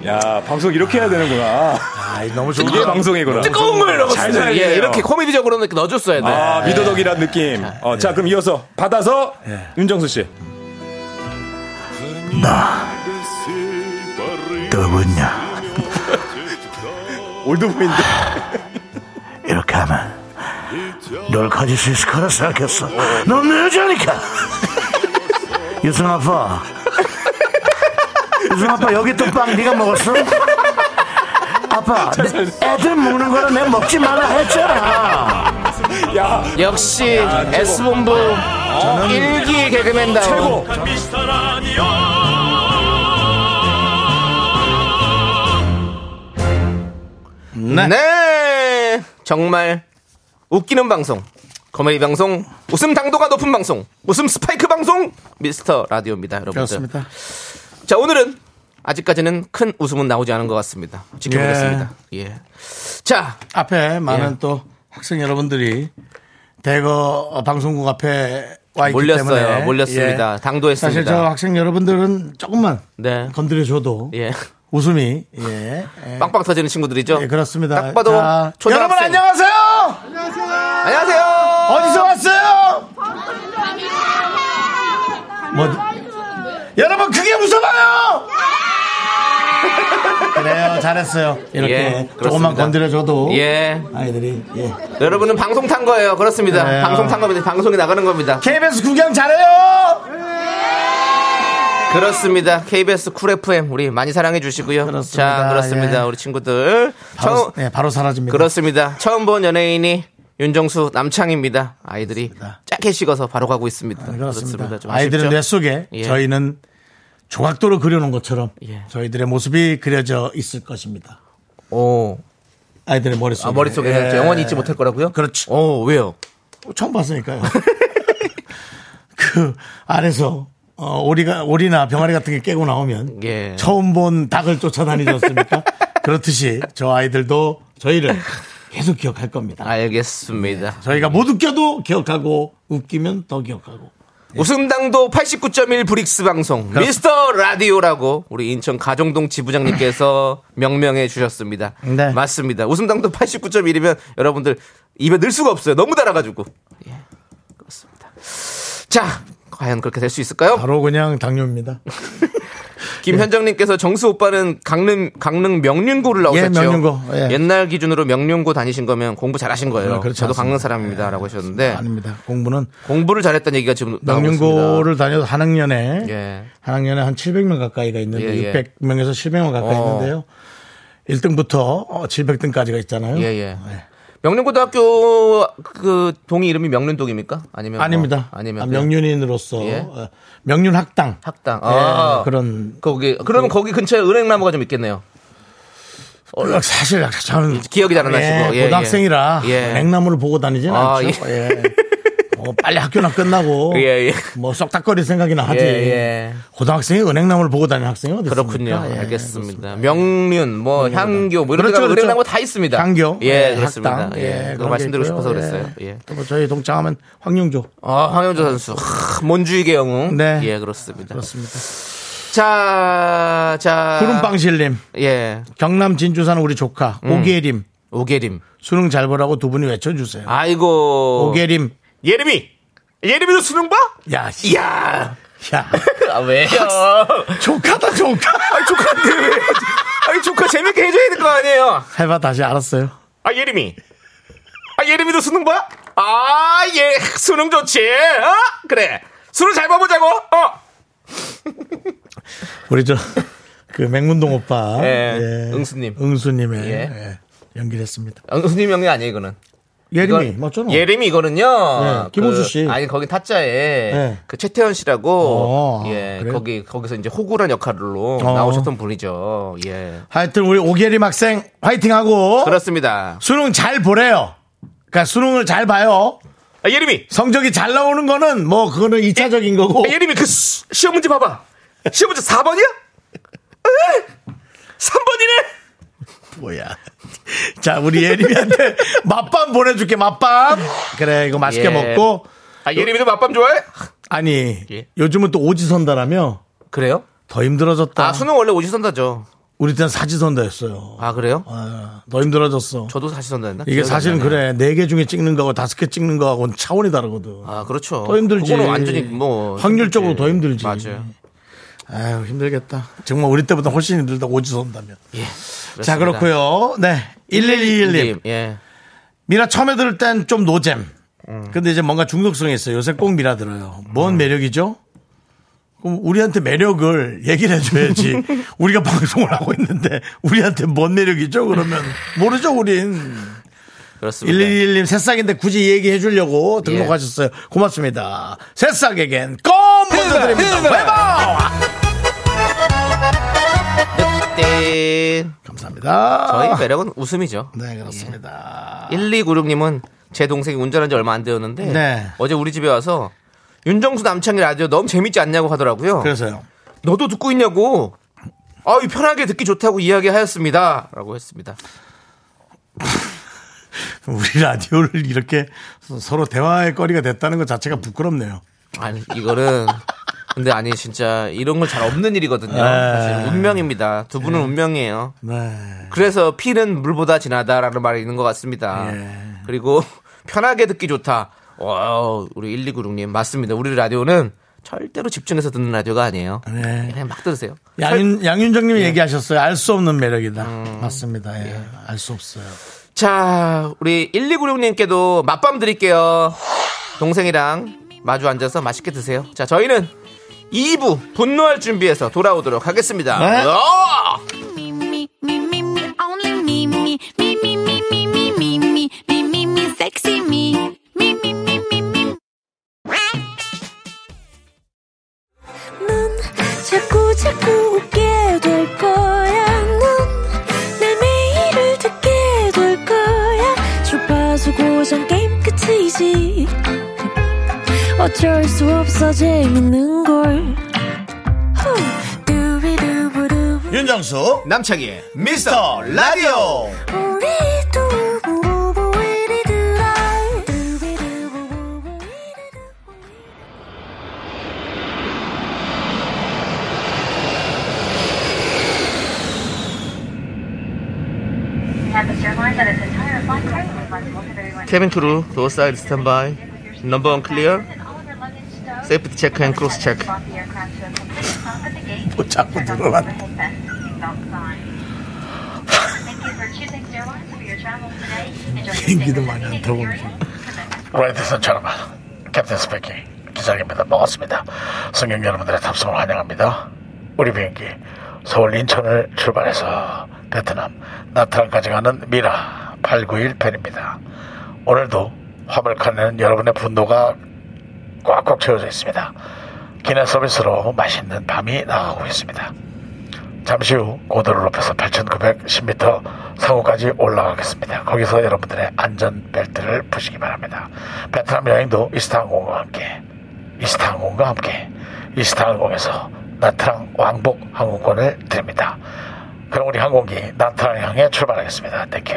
S2: 네.
S4: 야, 방송 이렇게 해야 되는구나.
S1: 아, 너무 좋은
S4: 이게 방송이구나.
S2: 뜨거운 걸
S4: 잘
S2: 넣었어요.
S4: 살리네요.
S2: 예, 이렇게 코미디적으로는 네. 이렇게 넣어줬어야 돼.
S4: 아, 미더덕이란 느낌. 어,
S2: 예.
S4: 자, 그럼 이어서 받아서 윤정수 씨.
S1: 누구냐.
S4: 올드보인데. [LAUGHS]
S1: 이렇게 하면 널 가질 수 있을 거라 생각했어. 넌 내 여자니까. [LAUGHS] 유승 아빠. [LAUGHS] 유승 아빠 여기 또 빵 네가 먹었어? 아빠 내 애들 먹는 거는 내가 먹지 말라 했잖아.
S4: 야,
S2: 역시 S본부 일기 개그맨다운
S4: 최고.
S3: 미스터 라디오
S2: 네. 정말 웃기는 방송 코미디 방송 웃음 당도가 높은 방송 웃음 스파이크 방송 미스터 라디오입니다 여러분들
S1: 그렇습니다.
S2: 자, 오늘은 아직까지는 큰 웃음은 나오지 않은 것 같습니다. 지켜보겠습니다. 예. 자,
S1: 앞에 많은
S2: 예.
S1: 또 학생 여러분들이 대거 방송국 앞에 와 있기
S2: 몰렸어요.
S1: 때문에 예.
S2: 몰렸습니다. 당도했습니다.
S1: 사실 저 학생 여러분들은 조금만
S2: 네.
S1: 건드려줘도
S2: 예.
S1: 웃음이 예, 예.
S2: 네. 빵빵 터지는 친구들이죠.
S1: 예, 그렇습니다.
S2: 딱 봐도
S1: 자,
S2: 초등학생.
S1: 여러분 안녕하세요.
S2: 안녕하세요.
S1: 어디서 왔어요? 뭐, 여러분 그게 무서워요. 그래요, 잘했어요. 이렇게
S2: 예,
S1: 조금만
S2: 그렇습니다.
S1: 건드려줘도
S2: 예.
S1: 아이들이 예.
S2: 여러분은 방송 탄 거예요. 그렇습니다.
S1: 네.
S2: 방송 탄 겁니다. 방송에 나가는 겁니다.
S1: KBS 구경 잘해요.
S2: 그렇습니다. KBS 쿨 FM 우리 많이 사랑해 주시고요.
S1: 그렇습니다.
S2: 자, 그렇습니다.
S1: 예.
S2: 우리 친구들.
S1: 바로,
S2: 처음
S1: 네, 바로 사라집니다.
S2: 그렇습니다. 처음 본 연예인이 윤정수 남창입니다. 아이들이
S1: 그렇습니다.
S2: 짧게 식어서 바로 가고 있습니다.
S1: 네, 그렇습니다.
S2: 좀
S1: 아이들은
S2: 아쉽죠?
S1: 뇌 속에
S2: 예.
S1: 저희는 조각도로 그려놓은 것처럼
S2: 예.
S1: 저희들의 모습이 그려져 있을 것입니다.
S2: 오.
S1: 아이들의 머릿속에.
S2: 아, 머릿속에
S1: 예.
S2: 영원히 잊지 못할 거라고요?
S1: 그렇죠.
S2: 오, 왜요?
S1: 처음 봤으니까요. [LAUGHS] 그 안에서 어, 오리가, 오리나 병아리 같은 게 깨고 나오면
S2: 예.
S1: 처음 본 닭을 쫓아다니지
S2: [LAUGHS]
S1: 않습니까? 그렇듯이 저 아이들도 저희를 계속 기억할
S2: 아,
S1: 겁니다.
S2: 알겠습니다.
S1: 저희가 못 웃겨도 기억하고 웃기면 더 기억하고.
S2: 예. 웃음당도 89.1 브릭스 방송 미스터 라디오라고 우리 인천
S1: [LAUGHS]
S2: 가정동 지부장님께서 명명해 주셨습니다.
S1: 네.
S2: 맞습니다. 웃음당도 89.1이면 여러분들 입에 넣을 수가 없어요. 너무 달아가지고. 예. 그렇습니다. 자, 과연 그렇게 될 수 있을까요?
S1: 바로 예. 그냥 당뇨입니다.
S2: 네. 김현정님께서 정수 오빠는 강릉 강릉 명륜고를
S1: 예,
S2: 나오셨죠.
S1: 명륜고, 예.
S2: 옛날 기준으로 명륜고 다니신 거면 공부 잘하신 거예요.
S1: 아, 그렇지
S2: 저도
S1: 않습니다.
S2: 강릉 사람입니다라고 하셨는데
S1: 아닙니다. 공부는
S2: 공부를 잘했다는 얘기가 지금 나오고 있습니다.
S1: 명륜고를 다녀도 한 학년에
S2: 예.
S1: 한 학년에 한 700명 가까이가 있는데
S2: 예, 예.
S1: 600명에서 700명 가까이
S2: 어.
S1: 있는데요. 1등부터 어, 700등까지가 있잖아요. 네.
S2: 예, 예. 명륜고등학교 그 동이 이름이 명륜동입니까? 아니면 뭐-
S1: 아닙니다.
S2: 아니면
S1: 아,
S2: 그냥
S1: 명륜인으로서
S2: 예.
S1: 어, 명륜학당
S2: 학당. 아,
S1: 예, 그런
S2: 거기 그러면 거기 근처에 은행나무가 좀 있겠네요.
S1: 어, 사실 저는
S2: 기억이 잘 안 나시고. 예, 예.
S1: 고등학생이라
S2: 예.
S1: 냉나무를 보고 다니진
S2: 아,
S1: 않죠. 예. 뭐 빨리 학교나 끝나고
S2: [LAUGHS] 예, 예.
S1: 뭐 썩닥거릴 생각이나 하지.
S2: 예, 예.
S1: 고등학생이 은행나무를 보고 다니는 학생이 어디 있습니까?
S2: 그렇군요.
S1: 예,
S2: 알겠습니다. 명륜, 뭐 향교, 뭐 이런
S1: 그렇죠,
S2: 데가
S1: 그렇죠.
S2: 은행나무 다 있습니다.
S1: 강교.
S2: 예, 그렇습니다.
S1: 학당,
S2: 예,
S1: 그런
S2: 그거
S1: 게
S2: 말씀드리고
S1: 있고요.
S2: 싶어서 그랬어요. 예.
S1: 또뭐 저희 동창하면 황룡조.
S2: 아, 황영조 선수. 하, 몬주익의 영웅.
S1: 네.
S2: 예, 그렇습니다.
S1: 그렇습니다.
S2: 자, 자.
S1: 구름빵실님,
S2: 예.
S1: 경남 진주사는 우리 조카
S2: 음.
S1: 오계림
S2: 오게림.
S1: 수능 잘 보라고 두 분이 외쳐주세요.
S2: 아이고.
S1: 오계림,
S2: 예림이. 예림이도 수능 봐?
S1: 야, 씨,
S2: 이야.
S1: 야,
S2: 아, 왜요?
S1: 조카다 조카.
S2: 아니, 조카인데 왜. 아니, 조카 재밌게 해줘야 될 거 아니에요?
S1: 해봐 다시 알았어요.
S2: 아, 예림이. 아, 예림이도 수능 봐? 아, 예. 수능 좋지. 어? 그래. 수능 잘 봐보자고. 어.
S1: 우리 저 그 맹문동 오빠,
S2: 예, 응수님.
S1: 응수님의
S2: 예.
S1: 예, 연기했습니다.
S2: 어, 영수님 형이 아니에요, 이거는.
S1: 예림이
S2: 이건-
S1: 맞잖아.
S2: 예림이 이거는요.
S1: 네, 김호수
S2: 그-
S1: 씨.
S2: 아니 거기 타짜에
S1: 네.
S2: 그 최태현 씨라고
S1: 어,
S2: 예
S1: 그래요?
S2: 거기 거기서 이제 호구란 역할로 나오셨던 분이죠. 예
S1: 하여튼 우리 오계림 학생 화이팅하고
S2: 그렇습니다.
S1: 수능 잘 보래요. 그러니까 수능을 잘 봐요.
S2: 아, 예림이
S1: 성적이 잘 나오는 거는 뭐 그거는 2차적인 거고
S2: 아, 예림이 그 수- 시험 문제 봐봐. 시험 문제 4번이야? 3번이네.
S1: 뭐야. 자, 우리 예림이한테 [LAUGHS] 맛밤 보내줄게, 맛밤. 그래, 이거 맛있게
S2: 예.
S1: 먹고.
S2: 아 예림이도 맛밤 좋아해?
S1: 아니,
S2: 예.
S1: 요즘은 또 오지선다라며
S2: 그래요?
S1: 더 힘들어졌다.
S2: 아 수능 원래 오지선다죠.
S1: 우리 때는 사지선다였어요.
S2: 아 그래요?
S1: 아, 더 힘들어졌어.
S2: 저도 사지선다 했나?
S1: 이게
S2: 기억이 안
S1: 사실은
S2: 나네.
S1: 그래. 네 개 중에 찍는 거하고 다섯 개 찍는 거하고는 차원이 다르거든.
S2: 아 그렇죠.
S1: 더 힘들지.
S2: 그거는 완전히 뭐
S1: 확률적으로 더 힘들지.
S2: 맞아요.
S1: 아유, 힘들겠다. 정말 우리 때보다 훨씬 힘들다, 오지선다면.
S2: 예.
S1: 자,
S2: 그렇습니다.
S1: 그렇고요 네. 1121님.
S2: 님, 예.
S1: 미라 처음에 들을 땐 좀 노잼. 근데 이제 뭔가 중독성이 있어요. 요새 꼭 미라 들어요. 뭔 매력이죠? 그럼 우리한테 매력을 얘기를 해줘야지. 우리가 방송을 하고 있는데 우리한테 뭔 매력이죠? 그러면 모르죠, 우린.
S2: 그렇습니다.
S1: 1111님 새싹인데 굳이 얘기해 주려고 등록하셨어요. 고맙습니다. 새싹에겐 껌 보내드립니다. 네, 대박!
S2: 땡.
S1: 감사합니다.
S2: 네, 저희 예. 매력은 웃음이죠.
S1: 네, 그렇습니다.
S2: 1296님은 제 동생이 운전한 지 얼마 안 되었는데
S1: 네.
S2: 어제 우리 집에 와서 윤정수 남창희 라디오 너무 재밌지 않냐고 하더라고요.
S1: 그래서요.
S2: 너도 듣고 있냐고. 아, 이 편하게 듣기 좋다고 이야기하였습니다. 라고 했습니다.
S1: 우리 라디오를 이렇게 서로 대화의 거리가 됐다는 것 자체가 부끄럽네요.
S2: 아니, 이거는. 근데 아니, 진짜 이런 건 잘 없는 일이거든요. 사실 운명입니다. 두 분은 운명이에요.
S1: 네.
S2: 그래서 피는 물보다 진하다라는 말이 있는 것 같습니다.
S1: 예.
S2: 그리고 편하게 듣기 좋다. 와, 우리 1296님 맞습니다. 우리 라디오는 절대로 집중해서 듣는 라디오가 아니에요.
S1: 네.
S2: 그냥 막 들으세요.
S1: 양윤,
S5: 예.
S1: 양윤정님 얘기하셨어요. 알 수 없는 매력이다.
S5: 음.
S1: 맞습니다. 예. 알 수 없어요.
S2: 자, 우리 1296님께도 맛밤 드릴게요. 동생이랑 마주 앉아서 맛있게 드세요. 자, 저희는 2부 분노할 준비해서 돌아오도록 하겠습니다.
S1: 네.
S2: 어!
S6: me, me, me, me, me, only me, me, me, me, me, me, me, me, me, me, me, me, sexy me, me, me, me, me, me. 넌 자꾸 자꾸 웃게 될 거야. 넌내 매일을 듣게 될 거야. 주파수 고정 게임 끝이지. 어쩔 수 없어 재밌는 걸. 후. 두비두부두.
S1: 윤정수,
S2: 남창희의 미스터 라디오! 케빈 크루, 도어사이드 스탠바이, 넘버 원 클리어, 세이프티 체크 앤 크로스 체크.
S1: 뭐
S5: 예.
S1: 자꾸 들어왔네. 비행기도 많이 안 타고
S5: 라이트선 여러분, 캡틴 스페킹 기장입니다. 반갑습니다. 승객 여러분들의 탑승을 환영합니다. 우리 비행기 서울 인천을 출발해서 베트남 나트랑까지 가는 미라 891 편입니다. 오늘도 화물칸에는 여러분의 분노가 꽉꽉 채워져 있습니다. 기내 서비스로 맛있는 밤이 나가고 있습니다. 잠시 후 고도를 높여서 8,910m 상호까지 올라가겠습니다. 거기서 여러분들의 안전벨트를 푸시기 바랍니다. 베트남 여행도 이스타항공과 함께, 이스타항공과 함께, 이스타항공에서 나트랑 왕복 항공권을 드립니다. 그럼 우리 항공기 나트랑 향해 출발하겠습니다. 땡큐.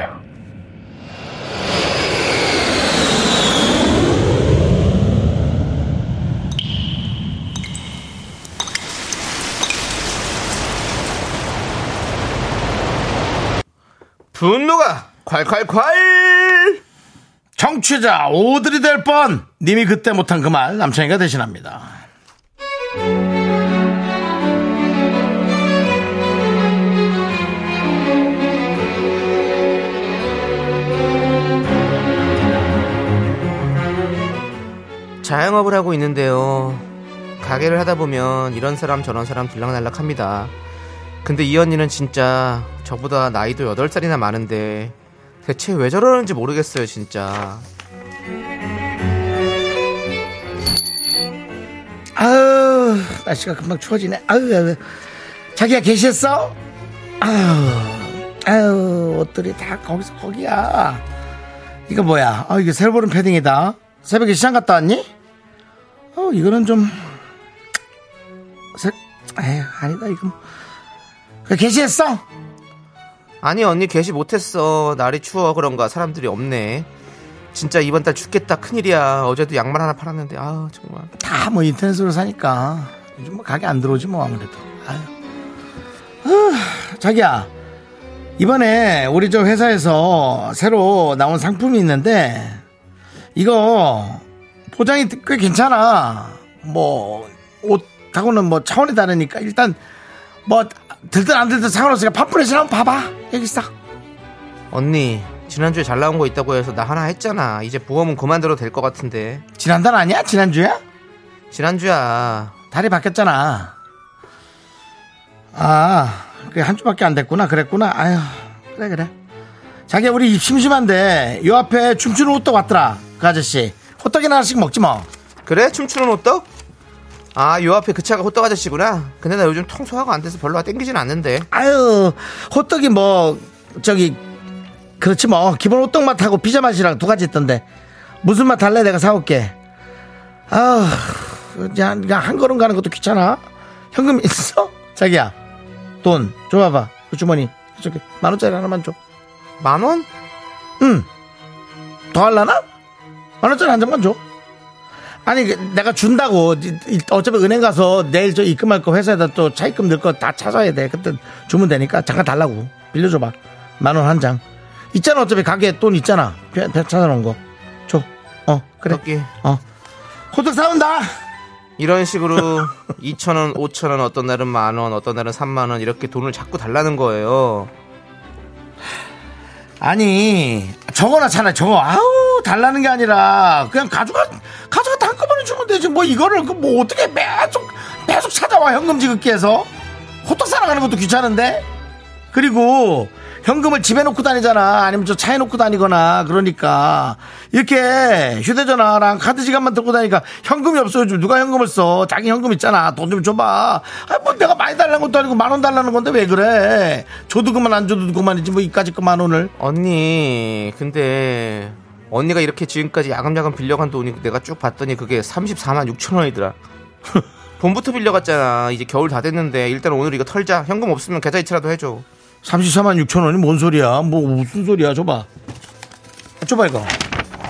S2: 분노가 콸콸콸!
S1: 정취자 오드리 될 뻔! 님이 그때 못한 그 말 남창희가 대신합니다.
S2: 자영업을 하고 있는데요. 가게를 하다 보면 이런 사람 저런 사람 들락날락 합니다. 근데 이 언니는 진짜 저보다 나이도 8살이나 많은데 대체 왜 저러는지 모르겠어요, 진짜.
S1: 아유, 날씨가 금방 추워지네. 아유, 아유. 자기야, 계셨어? 아유, 아유, 옷들이 다 거기서 거기야. 이거 뭐야? 아, 이게 새로 보는 패딩이다. 새벽에 시장 갔다 왔니? 어, 이거는 좀. 색, 에휴, 아니다, 이건. 그, 개시했어?
S2: 아니, 언니 게시 못했어. 날이 추워. 그런가. 사람들이 없네. 진짜 이번 달 죽겠다. 큰일이야. 어제도 양말 하나 팔았는데, 아, 정말.
S1: 다 뭐 인터넷으로 사니까. 요즘 뭐 가게 안 들어오지 뭐, 아무래도. 아유. 후, 자기야. 이번에 우리 저 회사에서 새로 나온 상품이 있는데, 이거 포장이 꽤 괜찮아. 뭐, 옷하고는 뭐 차원이 다르니까 일단 뭐 들든 안 들든 상관없으니까 팝프레시 한번 봐봐. 여기 있어.
S2: 언니, 지난주에 잘 나온 거 있다고 해서 나 하나 했잖아. 이제 보험은 그만둬도 될 것 같은데.
S1: 지난달 아니야? 지난주야?
S2: 지난주야.
S1: 달이 바뀌었잖아. 아, 그게 한 주밖에 안 됐구나. 그랬구나. 아휴, 그래, 그래. 자기야, 우리 입 심심한데, 요 앞에 춤추는 호떡 왔더라. 그 아저씨. 호떡이나 하나씩 먹지 뭐.
S2: 그래? 춤추는 호떡? 아, 요 앞에 그 차가 호떡 아저씨구나. 근데 나 요즘 통소화가 안 돼서 별로 땡기진 않는데.
S1: 아유, 호떡이 뭐, 저기, 그렇지 뭐. 기본 호떡 맛하고 피자 맛이랑 두 가지 있던데. 무슨 맛 할래? 내가 사올게. 아휴, 그냥, 그냥 한 걸음 가는 것도 귀찮아. 현금 있어? 자기야 돈 줘봐봐 그 주머니 저기 만 원짜리 하나만 줘
S2: 만 원?
S1: 응더 할라나? 만 원짜리 한 장만 줘 아니 그, 내가 준다고 이- 이- 어차피 은행 가서 내일 저 입금할 거 회사에다 또 차입금 넣을 거 다 찾아야 돼 그때 주면 되니까 잠깐 달라고 빌려줘봐 만 원 한 장 있잖아 어차피 가게에 돈 있잖아 배, 배 찾아놓은 거 줘 어 그래
S2: 오케이.
S1: 어 호떡 사온다
S2: 이런 식으로 [LAUGHS] 2천 원, 5천 원, 어떤 날은 만 원, 어떤 날은 3만 원 이렇게 돈을 자꾸 달라는 거예요.
S1: 아니 저거나 차라리 저거 아우 달라는 게 아니라 그냥 가져가 가져갔다 한꺼번에 주면 되지 뭐 이거를 그 뭐 어떻게 계속 계속 찾아와 현금 지급기에서 호떡 사러 가는 것도 귀찮은데 그리고 현금을 집에 놓고 다니잖아 아니면 저 차에 놓고 다니거나 그러니까 이렇게 휴대전화랑 카드 지갑만 들고 다니까 현금이 없어요 요즘 누가 현금을 써 자기 현금 있잖아 돈 좀 줘봐 아뭐 내가 많이 달라는 것도 아니고 만 원 달라는 건데 왜 그래 줘도 그만 안 줘도 그만이지 뭐 이까짓 그 만 원을
S2: 언니, 근데 언니가 이렇게 지금까지 야금야금 빌려간 돈이 내가 쭉 봤더니 그게 34만 6천 원이더라. [LAUGHS] 돈부터 빌려갔잖아. 이제 겨울 다 됐는데 일단 오늘 이거 털자. 현금 없으면 계좌 이체라도 해줘.
S1: 34만 6천 원이 뭔 소리야? 뭐 무슨 소리야? 줘봐. 아, 줘봐 이거.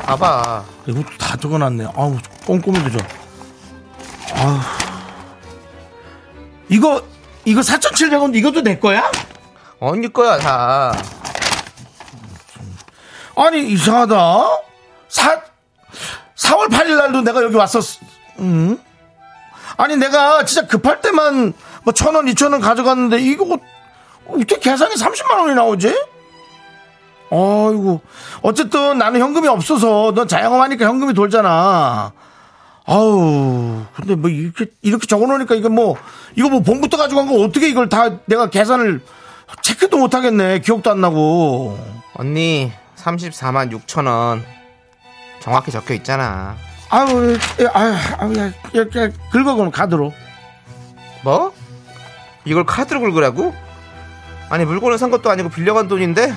S2: 봐봐.
S1: 이거 다 적어놨네. 아우 꼼꼼히 되죠. 아 이거 이거 4,700원 이것도 내 거야?
S2: 언니 거야 다.
S1: 아니 이상하다. 사 4월 8일 날도 내가 여기 왔었. 음? 아니 내가 진짜 급할 때만 뭐 천 원, 이천 원 가져갔는데 이거 어떻게 계산이 30만 원이 나오지? 아이고 어쨌든 나는 현금이 없어서 넌 자영업하니까 현금이 돌잖아. 아우 근데 뭐 이렇게 이렇게 적어놓으니까 이거 뭐 이거 뭐 봄부터 가지고 간 거 어떻게 이걸 다 내가 계산을 체크도 못 하겠네 기억도 안 나고
S2: 언니 34만 6천 원 정확히 적혀 있잖아.
S1: 아우, 야, 아유, 아유, 야, 야, 야, 긁어 그럼 가드로.
S2: 뭐? 이걸 카드로 긁으라고? 아니 물건을 산 것도 아니고 빌려간 돈인데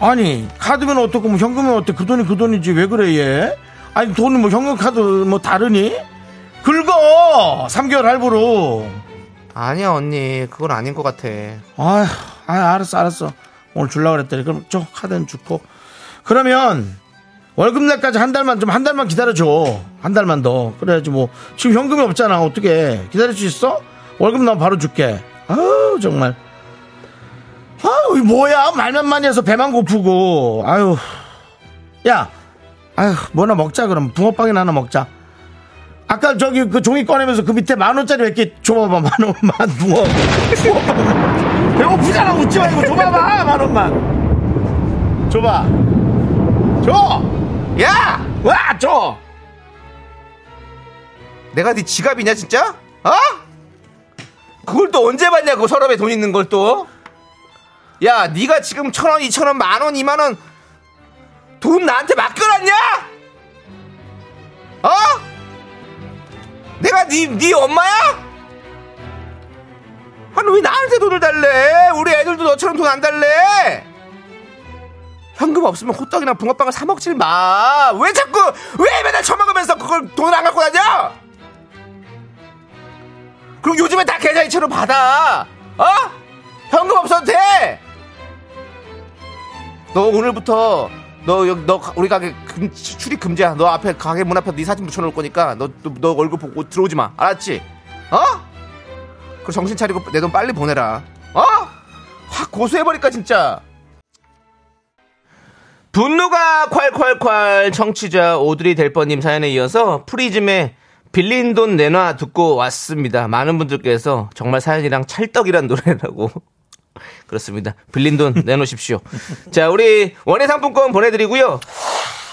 S1: 아니, 카드면 어떻고 뭐 현금면 어때? 그 돈이 그 돈이지 왜 그래 얘? 아니 돈이 뭐 현금 카드 뭐 다르니? 긁어 3개월 할부로.
S2: 아니야 언니 그건 아닌 것 같아
S1: 아휴, 아, 알았어, 알았어. 오늘 줄라 그랬더니 그럼 저 카드는 줄고. 그러면 월급날까지 한 달만 좀 한 달만 기다려줘. 한 달만 더. 그래야지 뭐 지금 현금이 없잖아. 어떻게 기다릴 수 있어? 월급 나면 바로 줄게. 아우 정말. 아우 이 뭐야 말만 많이 해서 배만 고프고. 아유, 야, 아유 뭐나 먹자 그럼 붕어빵이나 하나 먹자. 아까 저기 그 종이 꺼내면서 그 밑에 만 원짜리 몇 개 줘봐봐 만 원만 붕어. 배고프잖아 웃지 말고 줘봐봐 만 원만 줘봐
S2: 야!
S1: 줘와줘
S2: 내가 네 지갑이냐 진짜? 어? 그걸 또 언제 봤냐 그 서랍에 돈 있는 걸 또? 야 네가 지금 천 원, 이천 원, 만 원, 이만 원 돈 나한테 맡겨놨냐? 어? 내가 네, 네 엄마야? 아니 왜 나한테 돈을 달래? 우리 애들도 너처럼 돈 안 달래? 현금 없으면 호떡이나 붕어빵을 사 먹질 마. 왜 자꾸 왜 맨날 처먹으면서 그걸 돈을 안 갖고 다녀? 그럼 요즘에 다 계좌 이체로 받아. 어? 현금 없어도 돼. 너 오늘부터 너 여기 너 가- 우리 가게 금- 출입 금지야. 너 앞에 가게 문 앞에 네 사진 붙여놓을 거니까 너 너 얼굴 보고 들어오지 마. 알았지? 어? 그 정신 차리고 내 돈 빨리 보내라. 어? 확 고소해버릴까 진짜. 분노가 콸콸콸 청취자 오드리 델퍼님 사연에 이어서 프리즘의 빌린 돈 내놔 듣고 왔습니다. 많은 분들께서 정말 사연이랑 찰떡이란 노래라고. [LAUGHS] 그렇습니다. 빌린 돈 내놓으십시오. 자, 우리 원예 상품권 보내드리고요.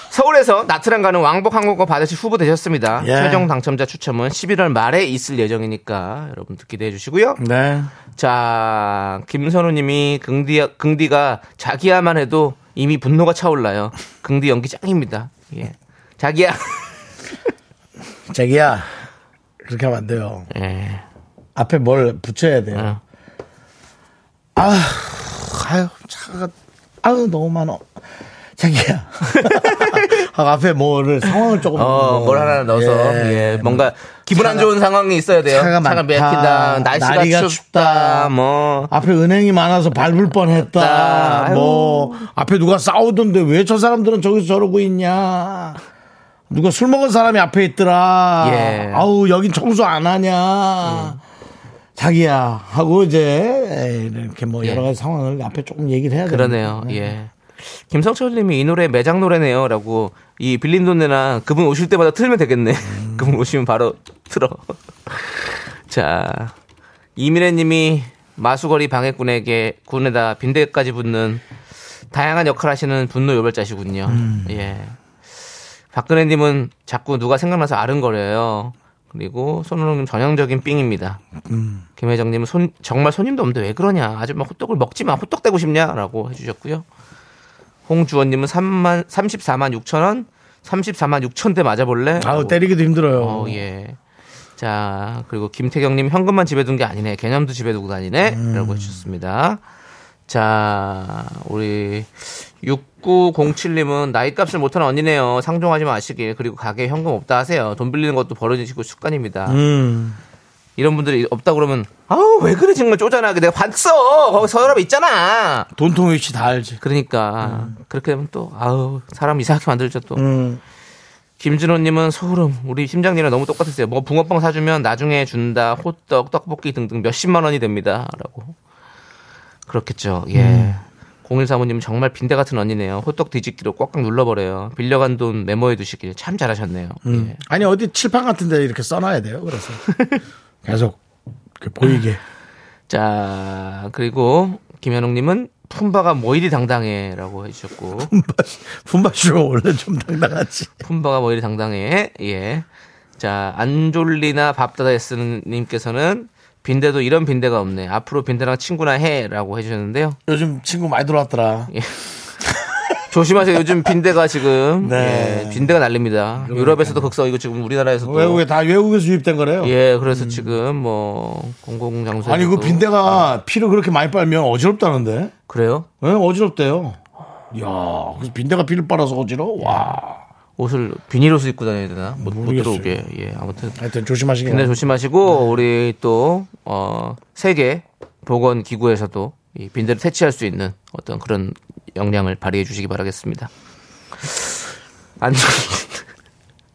S2: 서울에서 나트랑 가는 왕복 항공권 받으실 후보 되셨습니다.
S1: 예.
S2: 최종 당첨자 추첨은 11월 말에 있을 예정이니까 여러분들 기대해 주시고요.
S1: 네
S2: 자, 김선우님이 긍디, 긍디가 자기야만 해도 이미 분노가 차올라요. 긍디 연기 짱입니다. 예. 자기야.
S1: 자기야 그렇게 하면 안 돼요
S2: 예.
S1: 앞에 뭘 붙여야 돼요 아,
S2: 어.
S1: 아휴 아유 차가 아유 너무 많아
S2: [LAUGHS]
S1: 자기야. 하고 앞에 뭐를 상황을 조금
S2: [LAUGHS] 어, 뭘 하나 넣어서 예, 뭔가 기분 안 좋은 상황이 있어야 돼요.
S1: 차가 많다.
S2: 맥힌다,
S1: 날이가
S2: 날씨가
S1: 춥다.
S2: 춥다, 뭐
S1: 앞에 은행이 많아서 밟을 뻔했다.
S2: 아이고.
S1: 뭐 앞에 누가 싸우던데 왜 저 사람들은 저기서 저러고 있냐. 누가 술 먹은 사람이 앞에 있더라.
S2: 예.
S1: 아우 여긴 청소 안 하냐. 자기야 하고 이제 에이, 이렇게 뭐
S2: 예.
S1: 여러 가지 상황을 앞에 조금 얘기를 해야
S2: 그러네요.
S1: 되는데.
S2: 예. 김성철님이 이 노래 매장 노래네요라고 이 빌린 돈내나 그분 오실 때마다 틀면 되겠네.
S1: 음.
S2: [LAUGHS] 그분 오시면 바로 틀어. [LAUGHS] 자 이미래님이 마수거리 방해꾼에게 군에다 빈대까지 붙는 다양한 역할 하시는 분노 요발자시군요. 예. 박근혜님은 자꾸 누가 생각나서 아른거려요. 그리고 손호농님 전형적인 삥입니다. 김회장님은 손, 정말 손님도 없는데 왜 그러냐. 아줌마 호떡을 먹지 마. 호떡 되고 싶냐. 라고 해주셨고요. 홍주원님은 3만, 34만 6천 원, 34만 6천 대 맞아볼래?
S1: 아우
S2: 라고.
S1: 때리기도 힘들어요.
S2: 어, 예. 자, 그리고 김태경님 현금만 집에 둔 게 아니네. 개념도 집에 두고 다니네.
S1: 음.
S2: 라고 해주셨습니다. 자, 우리 6907님은 나이 값을 못하는 언니네요. 상종하지 마시길. 그리고 가게에 현금 없다 하세요. 돈 빌리는 것도 버려지시고 습관입니다.
S1: 음.
S2: 이런 분들이 없다 그러면 아우 왜 그래 정말 쪼잔하게 내가 봤어 거기 서랍에 있잖아
S1: 돈통 위치 다 알지.
S2: 그러니까 그렇게 되면 또 아우 사람 이상하게 만들죠 또
S1: 음.
S2: 김준호님은 소름 우리 심장님이랑 너무 똑같으세요 뭐 붕어빵 사주면 나중에 준다 호떡 떡볶이 등등 몇십만 원이 됩니다라고 그렇겠죠 예 공일사모님 정말 빈대 같은 언니네요 호떡 뒤집기로 꽉꽉 눌러버려요 빌려간 돈 메모해 두시길 참 잘하셨네요 예.
S1: 아니 어디 칠판 같은데 이렇게 써놔야 돼요.
S2: [LAUGHS]
S1: 그래서 계속 이렇게 보이게.
S2: 자, 그리고 김현웅님은 품바가 뭐 이리 당당해 라고 해주셨고,
S1: [LAUGHS] 분바쇼가 원래 좀 당당하지.
S2: 품바가 뭐 이리 당당해. 예. 자, 안졸리나 밥다다에스님께서는 빈대도 이런 빈대가 없네. 앞으로 빈대랑 친구나 해 라고 해주셨는데요.
S1: 요즘 친구 많이 들어왔더라.
S2: 조심하세요. 요즘 빈대가 지금.
S1: 네.
S2: 예, 빈대가 날립니다. 유럽에서도 극성이고 지금 우리나라에서도.
S1: 외국에 다 외국에서 유입된 거래요.
S2: 예, 그래서 지금 뭐,
S1: 음.
S2: 공공장소에.
S1: 아니 그 빈대가 피를 그렇게 많이 빨면 어지럽다는데?
S2: 그래요?
S1: 예, 어지럽대요. 이야, 그래서 빈대가 피를 빨아서 어지러? 와.
S2: 옷을 비닐옷을 입고 다녀야 되나? 못, 못
S1: 모르겠어요.
S2: 들어오게. 예, 아무튼.
S1: 하여튼 조심하시긴
S2: 근데
S1: 네.
S2: 조심하시고 우리 또 어, 세계 보건 기구에서도 이 빈대를 퇴치할 수 있는 어떤 그런 역량을 발휘해 주시기 바라겠습니다. 안
S1: [LAUGHS]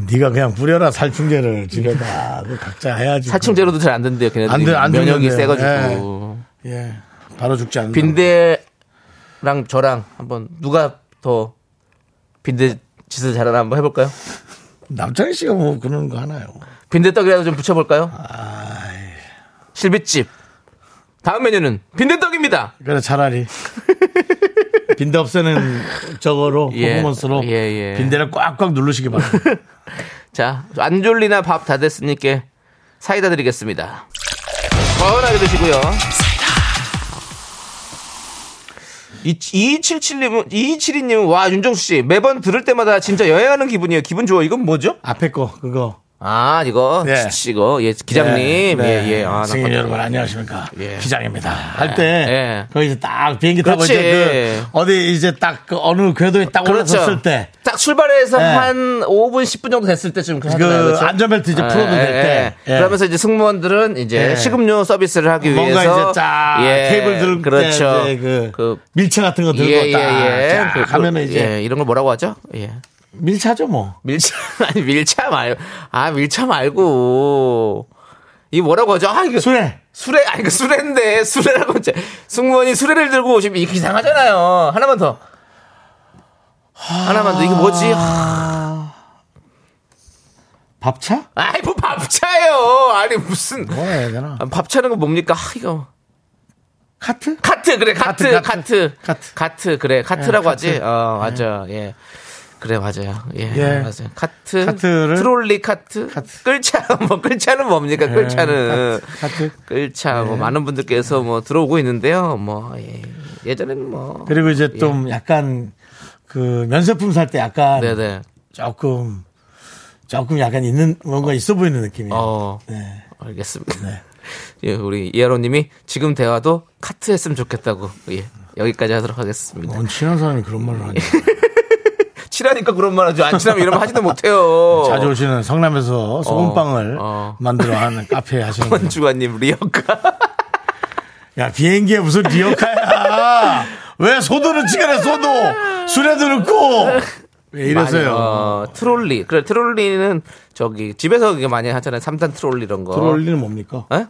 S1: 네가 그냥 부려라 살충제를 집에다 그 각자 해야지.
S2: 사충제로도 잘 안 된대요. 걔네들이
S1: 안 돼, 안
S2: 면역이
S1: 되는데요.
S2: 세가지고
S1: 예, 바로 죽지 않는다.
S2: 빈대랑 저랑 한번 누가 더 빈대 짓을 잘하나 한번 해볼까요?
S1: 남창희 씨가 뭐 그런 거 하나요?
S2: 빈대떡이라도 좀 붙여볼까요? 실비집 다음 메뉴는 빈대떡입니다.
S1: 그래 [LAUGHS] 차라리 빈대 없애는 저거로
S2: 예,
S1: 퍼포먼스로
S2: 예, 예.
S1: 빈대를 꽉꽉 누르시기 바랍니다.
S2: 자, 안졸리나 밥 다 됐으니까 사이다 드리겠습니다. 거운하게 드시고요. 이- 2277님은, 2272님은, 와, 윤정수 씨, 매번 들을 때마다 진짜 여행하는 기분이에요. 기분 좋아. 이건 뭐죠?
S1: 앞에 거 그거.
S2: 아, 이거,
S1: 예.
S2: 치 이거, 예, 기장님. 예, 예. 아, 나
S1: 네. 승인
S2: 깜짝-
S1: 여러분 안녕하십니까.
S2: 예.
S1: 기장입니다. 할 때
S2: 예.
S1: 거기서 딱 비행기 타고
S2: 그렇지.
S1: 이제 그 어디 이제 딱그 어느 궤도에 딱
S2: 그렇죠.
S1: 올라섰을 때.
S2: 딱 출발해서
S1: 예.
S2: 한 5분 10분 정도 됐을 때쯤 그 하잖아요. 그렇죠?
S1: 안전벨트 이제 풀어도 될 때. 예.
S2: 그러면서 이제 승무원들은 이제
S1: 예.
S2: 식음료 서비스를 하기
S1: 뭔가
S2: 위해서 예,
S1: 이제 쫙 테이블 들고
S2: 그렇죠.
S1: 때 이제 그,
S2: 그
S1: 밀차 같은 거 들고
S2: 예,
S1: 딱,
S2: 예, 예.
S1: 쫙
S2: 그- 그-
S1: 하면은 이제
S2: 예, 이런 걸 뭐라고 하죠? 예.
S1: 밀차죠 뭐.
S2: 밀차 [LAUGHS] 아니 밀차 말고 아 밀차 말고 이 뭐라고 하죠? 아 이거
S1: 수레.
S2: 수레 아니 그 수레인데 수레라고 이제 승무원이 수레를 들고 오시면 이게 이상하잖아요. 하나만 더. 하나만 더 이게 뭐지? 아,
S1: 밥차?
S2: 아이 뭐 밥차요. 아니 무슨
S1: 뭐라 해야 되나?
S2: 아, 밥 차는 거 뭡니까? 아, 이거
S1: 카트?
S2: 카트 그래 카트
S1: 카트,
S2: 카트
S1: 카트,
S2: 카트,
S1: 카트.
S2: 그래 카트라고
S1: 예,
S2: 하지. 어 맞아 예. 그래 맞아요. 예,
S1: 예.
S2: 맞아요. 카트,
S1: 카트를-
S2: 트롤리 카트,
S1: 카트. 예,
S2: 끌차 뭐 끌차는 뭡니까? 끌차는
S1: 카트. 예.
S2: 끌차 뭐 많은 분들께서 뭐 들어오고 있는데요. 뭐 예. 예전에는 뭐
S1: 그리고 이제 좀 약간 그 면세품 살 때 약간
S2: 네네
S1: 조금 조금 약간 있는 뭔가 있어 보이는 느낌이에요.
S2: 어
S1: 네.
S2: [LAUGHS] 알겠습니다. 예, 우리 이하로님이 지금 대화도 카트 했으면 좋겠다고 예 여기까지 하도록 하겠습니다.
S1: 뭔 친한 사람이 그런 말을 하냐.
S2: 친하니까 그런 말 하죠. 안 친하면 이런 말 하지도 못해요.
S1: 자주 오시는 성남에서 소금빵을
S2: 어, 어.
S1: 만들어 하는 카페 하시는
S2: 음.
S1: 분.
S2: 원주관님 [LAUGHS] 리어카.
S1: 야, 비행기에 무슨 리어카야. 왜 소도를 치가래, 소도. 술에도 넣고. 왜 이래서요.
S2: 어, 트롤리. 그래 트롤리는 저기 집에서 그게 많이 하잖아요. 3단 트롤리 이런 거.
S1: 트롤리는 뭡니까?
S2: 예?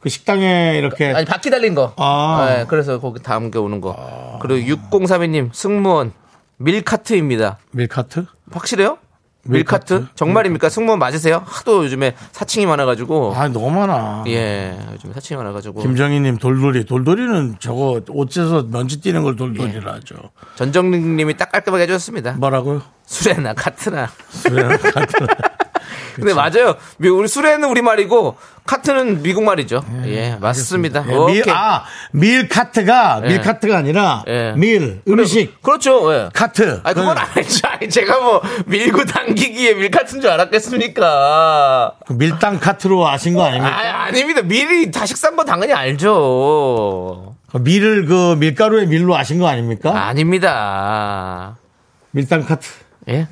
S1: 그 식당에 이렇게.
S2: 아니 아. 바퀴 달린 거.
S1: 아.
S2: 예, 그래서 거기 담겨 오는 거. 그리고 6032님 승무원 밀카트입니다.
S1: 밀카트?
S2: 확실해요? 밀카트? 정말입니까? 승무원 맞으세요? 하도 요즘에 사칭이 많아가지고.
S1: 아, 너무 많아.
S2: 예, 요즘 사칭이 많아가지고.
S1: 김정희님 돌돌이. 돌돌이는 저거 옷에서 면치 뛰는 걸 돌돌이라 하죠.
S2: 전정님이 딱 깔끔하게 해줬습니다.
S1: 뭐라고요?
S2: 수레나 카트나.
S1: 그래요? 카트.
S2: [LAUGHS] 근데 맞아요. 미- 우리 수레는 우리 말이고 카트는 미국 말이죠. 예, 맞습니다.
S1: 예,
S2: 오케이.
S1: 밀, 아, 밀카트가,
S2: 예.
S1: 밀카트가 아니라,
S2: 예.
S1: 밀, 음식,
S2: 그렇죠. 예.
S1: 카트.
S2: 아 그건 아니죠. [LAUGHS] 아니 제가 뭐 밀고 당기기에 밀 같은 줄 알았겠습니까?
S1: 그 밀당 카트로 아신 거
S2: 아
S1: 아닙니까?
S2: 아닙니다. 밀이 다 식사인 거 당연히 알죠.
S1: 그 밀을 그 밀가루의 밀로 아신 거 아닙니까?
S2: 아닙니다.
S1: 밀당 카트.
S2: 예.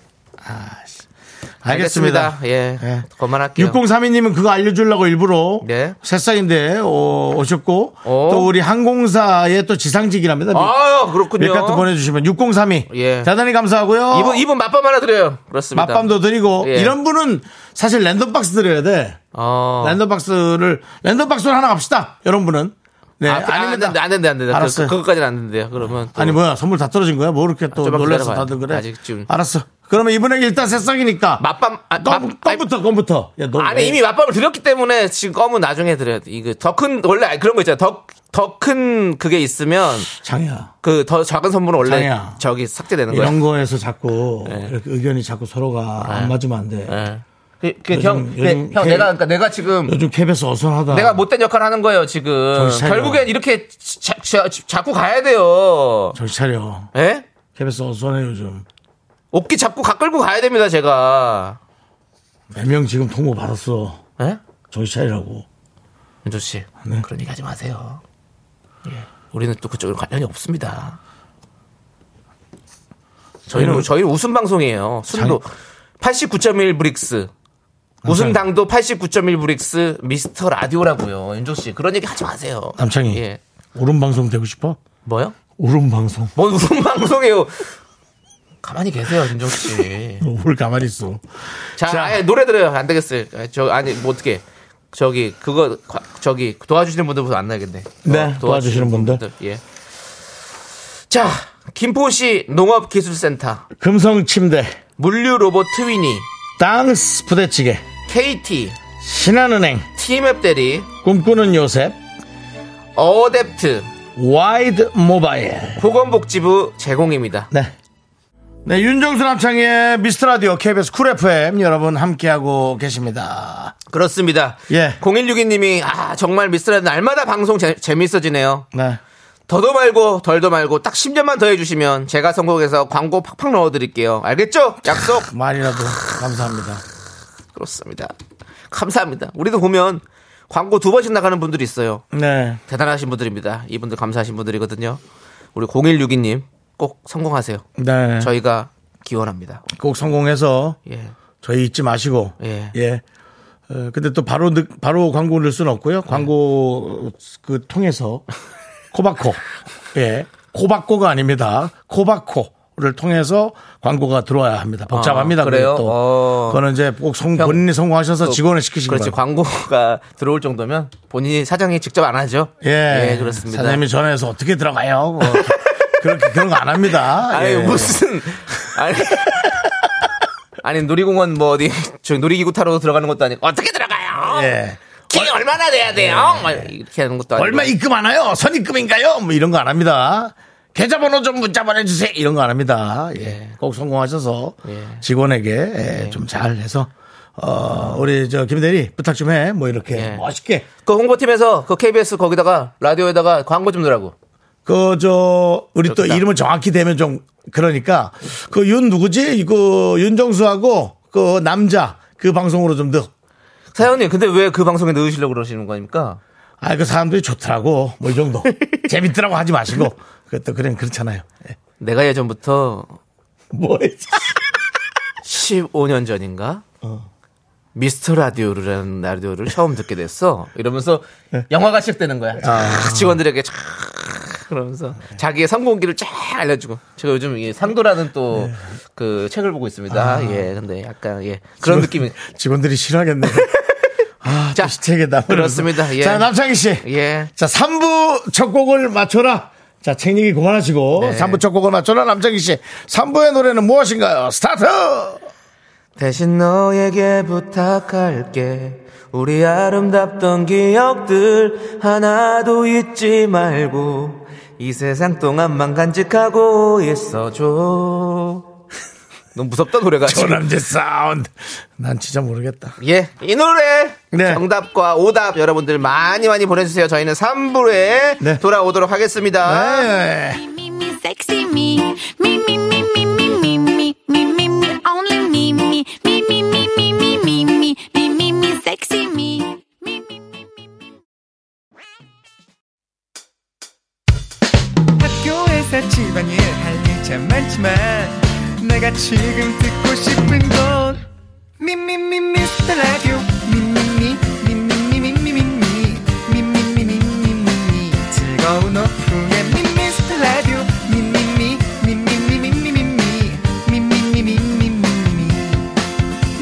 S1: 알겠습니다.
S2: 예.
S1: 예.
S2: 그만할게요.
S1: 6032님은 그거 알려주려고 일부러
S2: 네.
S1: 새싹인데 어, 오셨고
S2: 어.
S1: 또 우리 항공사의 또 지상직이랍니다. 밀-
S2: 아유, 그렇군요.
S1: 밀카트 보내주시면 6032
S2: 예.
S1: 대단히 감사하고요.
S2: 이분 이분 맛밤 하나 드려요. 그렇습니다.
S1: 맛밤도 드리고
S2: 예.
S1: 이런 분은 사실 랜덤박스 드려야 돼.
S2: 어.
S1: 랜덤박스를 랜덤박스를 하나 갑시다. 이런 분은 네
S2: 아, 안
S1: 아닙니다.
S2: 된다. 안 된다. 안 된다.
S1: 알았어요.
S2: 그, 그것까지는 안 된대요. 그러면 또
S1: 아니 뭐야 선물 다 떨어진 거야? 뭐 이렇게 또
S2: 좀만
S1: 놀라서
S2: 기다려봐요.
S1: 다들 그래?
S2: 아, 아직 지금-
S1: 알았어. 그러면 이분에게 일단 새싹이니까
S2: 맛밤 아,
S1: 껌,
S2: 맛- 아니,
S1: 껌부터 껌부터. 야, 너
S2: 아니
S1: 왜-
S2: 이미 맛밤을 드렸기 때문에 지금 껌은 나중에 드려야 돼. 이거 더 큰 원래 아니, 그런 거 있잖아. 더더 큰 그게 있으면
S1: 장이야.
S2: 그 더 작은 선물은 원래
S1: 장이야.
S2: 저기 삭제되는 거야. 네.
S1: 이런 거에서 자꾸 이렇게 의견이 자꾸 서로가 안 맞으면 안 돼.
S2: 예. 그, 그
S1: 요즘-
S2: 형, 그,
S1: 요즘
S2: 형
S1: K-
S2: 내가 그러니까 내가 지금
S1: 요즘 캡에서 어선하다.
S2: 내가 뭐 못된 역할을 하는 거예요 지금.
S1: 정신 차려.
S2: 결국엔 이렇게 자, 자, 잡고 가야 돼요.
S1: 정신 차려.
S2: 예?
S1: 캡에서 어선해 요즘.
S2: 옷기 잡고 가 끌고 가야 됩니다 제가.
S1: 네 명 지금 통보 받았어.
S2: 예?
S1: 정신 차리라고.
S2: 윤조 씨, 그런 얘기 하지 마세요. 예. 우리는 또 그쪽으로 관련이 없습니다. 저희는 저희 웃음 방송이에요. 순도 89.1 브릭스. 웃음 당도 89.1 브릭스 미스터 라디오라고요. 윤조 씨, 그런 얘기 하지 마세요.
S1: 남창희.
S2: 예.
S1: 오른 방송 되고 싶어?
S2: 뭐요?
S1: 오른 방송. [LAUGHS]
S2: 뭔 웃음 방송이에요? 가만히 계세요, 윤조 씨.
S1: 뭘 가만히 있어.
S2: 자, 아예 노래 들어요. 안 되겠어요. 아, 저 아니 뭐 어떻게 저기 그거 과- 저기 도와주시는 분들부터 안 나겠네. 어,
S1: 네, 도와주시는 분들.
S2: 예. 자, 김포시 농업기술센터
S1: 금성 침대,
S2: 물류 로봇 트위니
S1: 땅스 부대찌개,
S2: KT
S1: 신한은행,
S2: 티맵 대리
S1: 꿈꾸는 요셉,
S2: 어댑트
S1: 와이드 모바일.
S2: 보건복지부 제공입니다.
S1: 네. 네, 윤정수 남창의 미스터 라디오 KBS 쿨 FM 여러분 함께하고 계십니다.
S2: 그렇습니다.
S1: 예.
S2: 0162님이 아 정말 미스터라는 날마다 방송 재, 재밌어지네요.
S1: 네.
S2: 더도 말고 덜도 말고 딱 10년만 더 해주시면 제가 선곡해서 광고 팍팍 넣어드릴게요. 알겠죠? 약속.
S1: 말이라도 감사합니다.
S2: 그렇습니다. 감사합니다. 우리도 보면 광고 두 번씩 나가는 분들이 있어요.
S1: 네.
S2: 대단하신 분들입니다. 이분들 감사하신 분들이거든요. 우리 0162님 꼭 성공하세요.
S1: 네. 저희
S2: 저희가 기원합니다.
S1: 꼭 성공해서
S2: 예.
S1: 저희 잊지 마시고.
S2: 예.
S1: 예. 어, 근데 또 바로 늦- 바로 광고를 수는 없고요. 광고 그
S2: [LAUGHS]
S1: 통해서 코바코. 예. 코바코가 아닙니다. 코바코를 통해서 광고가 들어와야 합니다. 복잡합니다.
S2: 아, 그래요?
S1: 그게 또.
S2: 어.
S1: 그거는 이제 꼭 성,
S2: 형, 어,
S1: 본인이 성공하셔서 직원을 시키신 거예요.
S2: 그렇지. 그렇죠. 광고가 [LAUGHS] 들어올 정도면 본인이 사장이 직접 안 하죠.
S1: 예.
S2: 그렇습니다.
S1: 사장님이 전화해서 어떻게 들어가요? 뭐. 그렇게 그런 거 안 합니다.
S2: [LAUGHS] 아니
S1: 예.
S2: 무슨
S1: [LAUGHS]
S2: 아니 아니 놀이공원 뭐 어디 저 놀이기구 타러 들어가는 것도 아니고 어떻게 들어가요?
S1: 예.
S2: 키 얼마나 돼야 돼요? 막 이렇게 하는 것도 아니고
S1: 얼마 입금 하나요? 선입금인가요? 뭐 이런 거 안 합니다. 계좌번호 좀 문자 보내주세요. 이런 거 안 합니다. 예. 꼭 성공하셔서
S2: 예.
S1: 직원에게 예, 좀 잘해서 어, 우리 저 김대리 부탁 좀 해. 뭐 이렇게
S2: 예.
S1: 멋있게
S2: 그 홍보팀에서 그 KBS 거기다가 라디오에다가 광고 좀 넣으라고.
S1: 그 저 우리 또
S2: 좋겠다.
S1: 이름을 정확히 대면 좀 그러니까 그 윤 누구지? 이거 윤정수하고 그 남자 그 방송으로 좀 넣어.
S2: 사장님, 근데 왜 그 방송에 넣으시려고 그러시는 거아닙니까 [LAUGHS]
S1: 아, 그 사람들이 좋더라고. 뭐 이 정도. 재밌더라고 하지 마시고. 그것도 그냥 그렇잖아요. 예.
S2: 내가 예전부터
S1: 뭐예요?
S2: 15년 전인가 미스터 라디오라는 라디오를 처음 듣게 됐어. 이러면서 영화가 시작되는 거야. 쫙 직원들에게 쫙 그러면서 자기의 성공기를 쫙 알려주고 제가 요즘 이 상도라는 또 그 책을 보고 있습니다. 예, 근데 약간 예 그런 느낌이
S1: 직원들이
S2: [LAUGHS]
S1: 싫어하겠네요. 아,
S2: 자
S1: 책에다.
S2: 그렇습니다. 예.
S1: 자, 남창희 씨.
S2: 예.
S1: 자, 3부 첫 곡을 맞춰라. 자, 책 얘기 그만하시고.
S2: 네.
S1: 삼 3부 첫 곡을 맞춰라, 남창희 씨. 3부의 노래는 무엇인가요? 스타트!
S2: 대신 너에게 부탁할게. 우리 아름답던 기억들 하나도 잊지 말고 이 세상 동안만 간직하고 있어줘. [LAUGHS] 너무 무섭다 노래가.
S1: 조남재 사운드. 난 진짜 모르겠다.
S2: 예, 이 노래
S1: 네.
S2: 정답과 오답 여러분들 많이 많이 보내주세요. 저희는 3부에
S1: 네.
S2: 돌아오도록 하겠습니다.
S1: 네.
S6: Me, me, me, sexy me. Me, me, me, me, me, me, me, me, me, me, only me, me, me, me, me, me, me, me, me, me, me, me, sexy me. Me, me, me, me, me.
S7: 학교에서 집안일 할 일 참 많지만 내가 지금 듣고 싶은 건 미미미 미스터 라디오 미미미 미미미 미미미 미미미 미미미 즐거운 오후에 미스터 라디오 미미미 미미미 미미미 미미미 미미미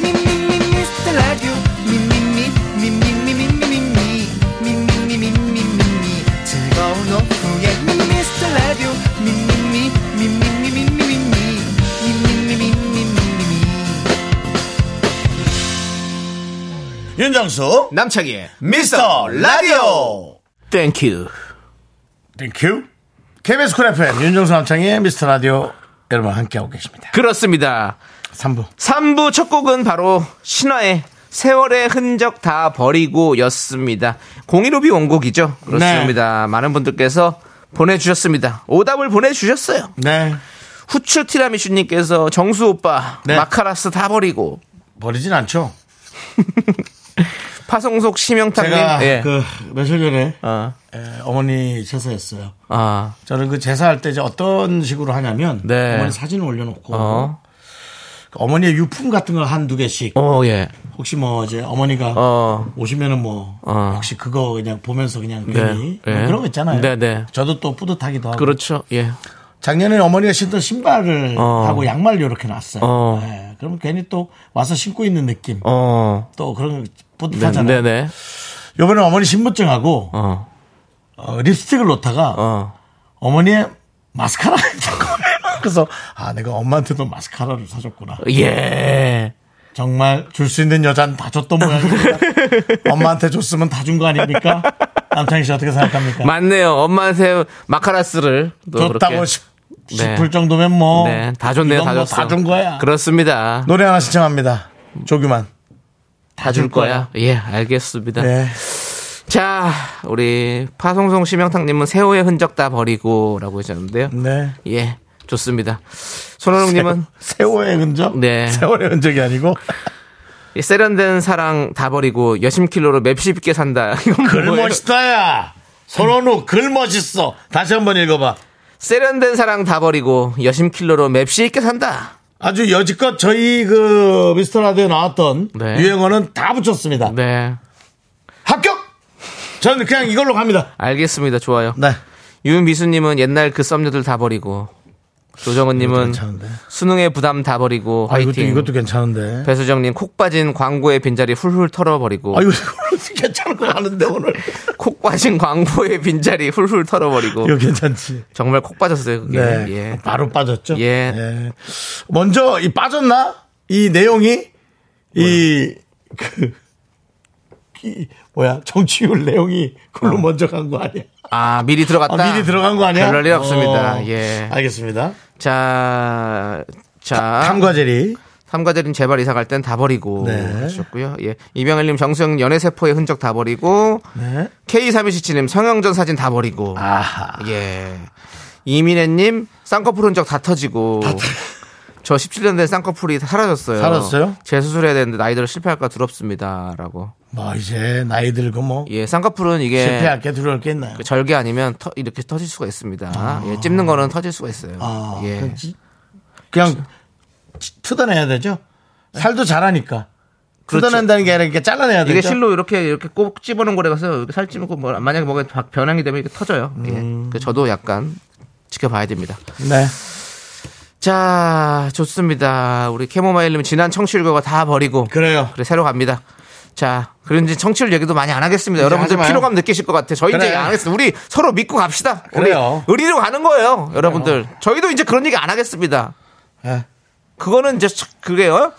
S7: 미미미 미스터 라디오 미미미 미미미 미미미 미미미 미미미 즐거운 오후에 미스터 라디오 미미미 미미미 미미미 미미미 미미미
S1: 윤정수.
S2: 남창희의
S1: 미스터 라디오.
S2: 땡큐.
S1: 땡큐. KBS 쿨 FM 윤정수 남창희의 미스터 라디오. 여러분 함께하고 계십니다.
S2: 그렇습니다.
S1: 3부.
S2: 3부 첫 곡은 바로 신화의 세월의 흔적 다 버리고 였습니다. 015비 원곡이죠.
S1: 네.
S2: 그렇습니다. 많은 분들께서 보내주셨습니다. 오답을 보내주셨어요.
S1: 네.
S2: 후추 티라미슈님께서 정수 오빠
S1: 네.
S2: 마카라스 다 버리고
S1: 버리진 않죠.
S2: 파송속 심영탁님
S1: 제가
S2: 예.
S1: 그 며칠 전에
S2: 어.
S1: 에, 어머니 제사였어요.
S2: 아,
S1: 저는 그 제사할 때 이제 어떤 식으로 하냐면
S2: 네.
S1: 어머니 사진을 올려놓고
S2: 어,
S1: 어머니의 유품 같은 걸 한 두 개씩
S2: 어, 예,
S1: 혹시 뭐 이제 어머니가
S2: 어,
S1: 오시면은 뭐
S2: 어.
S1: 혹시 그거 그냥 보면서 그냥
S2: 네,
S1: 괜히 뭐
S2: 예.
S1: 그런 거 있잖아요.
S2: 네, 네.
S1: 저도 또 뿌듯하기도 하고.
S2: 그렇죠, 예,
S1: 작년에 어머니가 신던 신발을
S2: 어.
S1: 하고 양말 이렇게 놨어요.
S2: 어.
S1: 예. 그럼 괜히 또 와서 신고 있는 느낌.
S2: 어,
S1: 또 그런 거
S2: 네,
S1: 뿌듯하잖아요.
S2: 네, 네,
S1: 요번에 어머니 신분증하고
S2: 어,
S1: 어, 립스틱을 놓다가
S2: 어,
S1: 어머니의 마스카라 [LAUGHS] 그래서 아 내가 엄마한테도 마스카라를 사줬구나 네.
S2: 예,
S1: 정말 줄 수 있는 여잔 다 줬던 모양입니다
S2: [LAUGHS]
S1: 엄마한테 줬으면 다 준 거 아닙니까 남창희 씨 어떻게 생각합니까
S2: 맞네요. 엄마한테 마카라스를 또
S1: 줬다고
S2: 그렇게-
S1: 싶,
S2: 네.
S1: 싶을 정도면 뭐
S2: 네, 다 줬네요, 다
S1: 이건 뭐
S2: 줬어.
S1: 다준 거야
S2: 그렇습니다.
S1: 노래 하나 신청합니다 조규만
S2: 다 줄 거야. 예, 알겠습니다.
S1: 네.
S2: 자, 우리 파송송 심영탁님은 새우의 흔적 다 버리고라고 하셨는데요.
S1: 네.
S2: 예, 좋습니다. 손호영님은
S1: [LAUGHS] 세월의 흔적
S2: 네.
S1: 세월의 흔적이 아니고
S2: 이 세련된 사랑 다 버리고 여심킬로로 맵시 있게 산다. [LAUGHS] 이건
S1: 글
S2: [LAUGHS] 뭐예요?
S1: 멋있다야 손원우 글 멋있어 다시 한번 읽어봐
S2: 세련된 사랑 다 버리고 여심킬로로 맵시 있게 산다.
S1: 아주 여지껏 저희 그 미스터 라디오에 나왔던
S2: 네.
S1: 유행어는 다 붙였습니다.
S2: 네,
S1: 합격! 저는 그냥 이걸로 갑니다.
S2: 알겠습니다. 좋아요.
S1: 네.
S2: 유미수님은 옛날 그 썸녀들 다 버리고 조정은님은
S1: 괜찮은데.
S2: 수능의 부담 다 버리고
S1: 아, 이것도,
S2: 화이팅. 네.
S1: 이것도 괜찮은데.
S2: 배수정님 콕 빠진 광고의 빈자리 훌훌 털어버리고
S1: 아, 이거 [LAUGHS] 괜찮은 거 같은데, 오늘.
S2: 콕 빠진 광고의 빈자리 훌훌 털어버리고
S1: 이거 괜찮지.
S2: 정말 콕 빠졌어요 그게
S1: 네.
S2: 예.
S1: 바로 빠졌죠?
S2: 예.
S1: 먼저, 이 빠졌나? 이 내용이, 이, 그, 이, 뭐야, 정치율 내용이 그걸로 먼저 간 거 아니야?
S2: 어. 아 미리 들어갔다
S1: 아, 미리 들어간 거 아니야?
S2: 별럴 일 없습니다
S1: 어,
S2: 예.
S1: 알겠습니다.
S2: 자, 자,
S1: 탐과제리.
S2: 삼과제린 제발 이사 갈 땐 다 버리고
S1: 네.
S2: 하셨고요. 예, 이병일님 정수영 연애세포의 흔적 다 버리고
S1: 네.
S2: K3277님 성형전 사진 다 버리고
S1: 아하.
S2: 예. 이민혜님 쌍꺼풀 흔적 다 터지고 저 17년 된 쌍꺼풀이 사라졌어요.
S1: 사라졌어요?
S2: 재수술해야 되는데 나이 들어 실패할까 두렵습니다라고.
S1: 뭐 이제 나이 들고 뭐
S2: 예, 쌍꺼풀은 이게
S1: 실패할 게 두려울 게 있나요?
S2: 그 절개 아니면 터- 이렇게 터질 수가 있습니다. 예, 찝는 거는 터질 수가 있어요.
S1: 아,
S2: 예.
S1: 그냥 찌- 그냥 찌- 뜯어내야 되죠. 살도 자라니까 뜯어낸다는 게 아니라 이렇게 잘라내야 되죠.
S2: 그렇죠. 이게 실로 이렇게 이렇게 꼭 찝어놓은 거래 가서 이렇게 살 찝고 뭐 만약에 뭐가 바- 변형이 되면 이게 터져요. 예.
S1: 음.
S2: 그 저도 약간 지켜봐야 됩니다.
S1: 네.
S2: 자, 좋습니다. 우리 캐모마일님 지난 청취율과 다 버리고
S1: 그래요.
S2: 그래 새로 갑니다. 자, 그런지 청취율 얘기도 많이 안 하겠습니다. 여러분들
S1: 하지 마요.
S2: 피로감 느끼실 것 같아요. 저희 이제
S1: 그래.
S2: 안 하겠습니다. 우리 서로 믿고 갑시다. 우리
S1: 그래요. 어.
S2: 의리로 가는 거예요, 여러분들. 저희도 이제 그런 얘기 안 하겠습니다.
S1: 예.
S2: 그거는 이제 참- 그게요.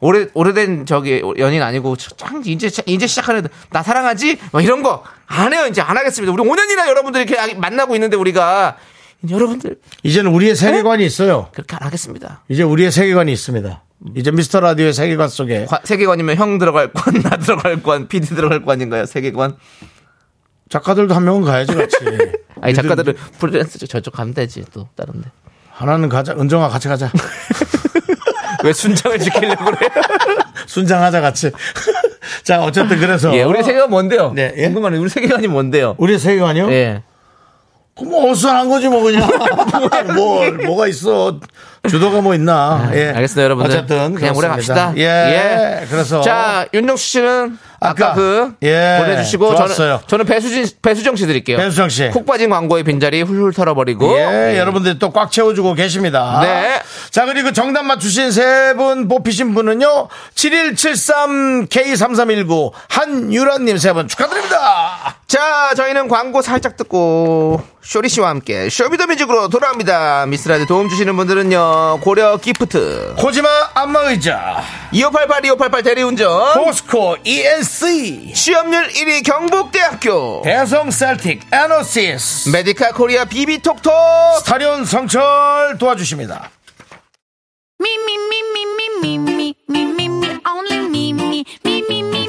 S2: 오래 오래된 저기 연인 아니고 참 이제 이제 시작하는 나 사랑하지 뭐 이런 거 안 해요 이제 안 하겠습니다. 우리 5년이나 여러분들 이렇게 만나고 있는데 우리가 여러분들
S1: 이제는 우리의 세계관이 있어요.
S2: 그렇게 안 하겠습니다.
S1: 이제 우리의 세계관이 있습니다. 이제 미스터 라디오의 세계관 속에
S2: 관- 세계관이면 형 들어갈 관, [LAUGHS] 나 들어갈 관, PD 들어갈 관인가요? 세계관.
S1: 작가들도 한 명은 가야지 같이.
S2: [LAUGHS] 아니
S1: 요즘
S2: 작가들은 프리랜서 저쪽 가면 되지 또
S1: [LAUGHS]
S2: 다른데.
S1: 하나는 가자. 은정아 같이 가자. [LAUGHS]
S2: 왜 순정을 지키려고 그래요?
S1: 순장하자 같이. [LAUGHS] 자 어쨌든 그래서
S2: 예, 우리 세계관 뭔데요?
S1: 네, 예? 어?
S2: 궁금하네. 우리 세계관이 뭔데요?
S1: 우리의 세계관이요.
S2: 예.
S1: 그럼 뭐 어수선한 거지 뭐 그냥 [LAUGHS] 뭐 뭐가 있어 주도가 뭐 있나 예
S2: 아, 알겠습니다, 여러분들.
S1: 어쨌든
S2: 그냥 오래
S1: 그렇습니다.
S2: 갑시다.
S1: 예, 그래서
S2: 자, 윤정수 씨는 아까,
S1: 아까
S2: 그
S1: 예,
S2: 보내주시고
S1: 좋았어요.
S2: 저는 저는 배수진 배수정 씨 드릴게요.
S1: 배수정 씨.
S2: 콕 빠진 광고의 빈자리 훌훌 털어버리고.
S1: 예, 여러분들이 또 꽉 채워주고 계십니다.
S2: 네.
S1: 자, 그리고 정답 맞추신 세 분 뽑히신 분은요, 7173K3319 한유란님 세 분 축하드립니다.
S2: 자, 저희는 광고 살짝 듣고 쇼리 씨와 함께 쇼미더뮤직으로 돌아옵니다. 미스라드 도움 주시는 분들은요 고려 기프트,
S1: 코지마 안마의자,
S2: 2588 2588 대리운전,
S1: 포스코 E ENC,
S2: 취업률 1위 경북대학교,
S1: 대성 셀틱, 에너시스,
S2: 메디카 코리아 비비톡톡.
S1: 스타리온 성철 도와주십니다.
S6: Me, me, me, me, me, me, me, me, me, me, only me, me, me, me, me, me.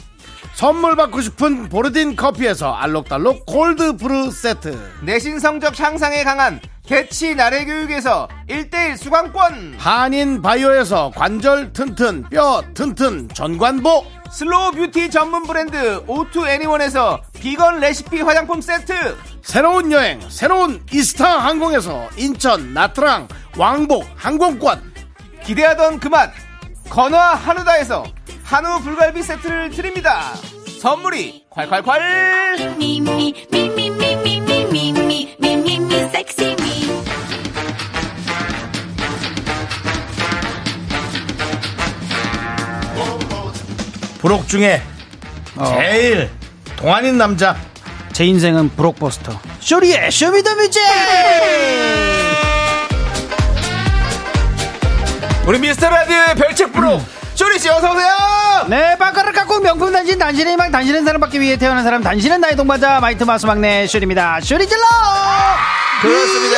S1: 선물 받고 싶은 보르딘 커피에서 알록달록 골드 브루 세트
S2: 내신 성적 향상에 강한 개치 나래 교육에서 1대1 수강권
S1: 한인 바이오에서 관절 튼튼 뼈 튼튼 전관보
S2: 슬로우 뷰티 전문 브랜드 오투 애니원에서 비건 레시피 화장품 세트
S1: 새로운 여행 새로운 이스타 항공에서 인천 나트랑 왕복 항공권
S2: 기대하던 그맛 건화 한우다에서 한우 불갈비 세트를 드립니다 선물이 콸콸콸
S6: Me, me, me, me, me, me, me, me, me, me, me, me, sexy me.
S1: 부록 중에 제일 동안인 남자
S8: 제 인생은 브록버스터. 쇼리의 쇼미더뮤직!
S2: 우리 미스터라디오의 별책부로 쇼리씨 어서오세요
S8: 네, 빵가루 깎고 명품 단신, 단신의 희망, 단신은 사랑받기 위해 태어난 사람, 단신은 나의 동반자, 마이트 마스 막내 쇼리입니다. 쇼리 질러!
S2: 그렇습니다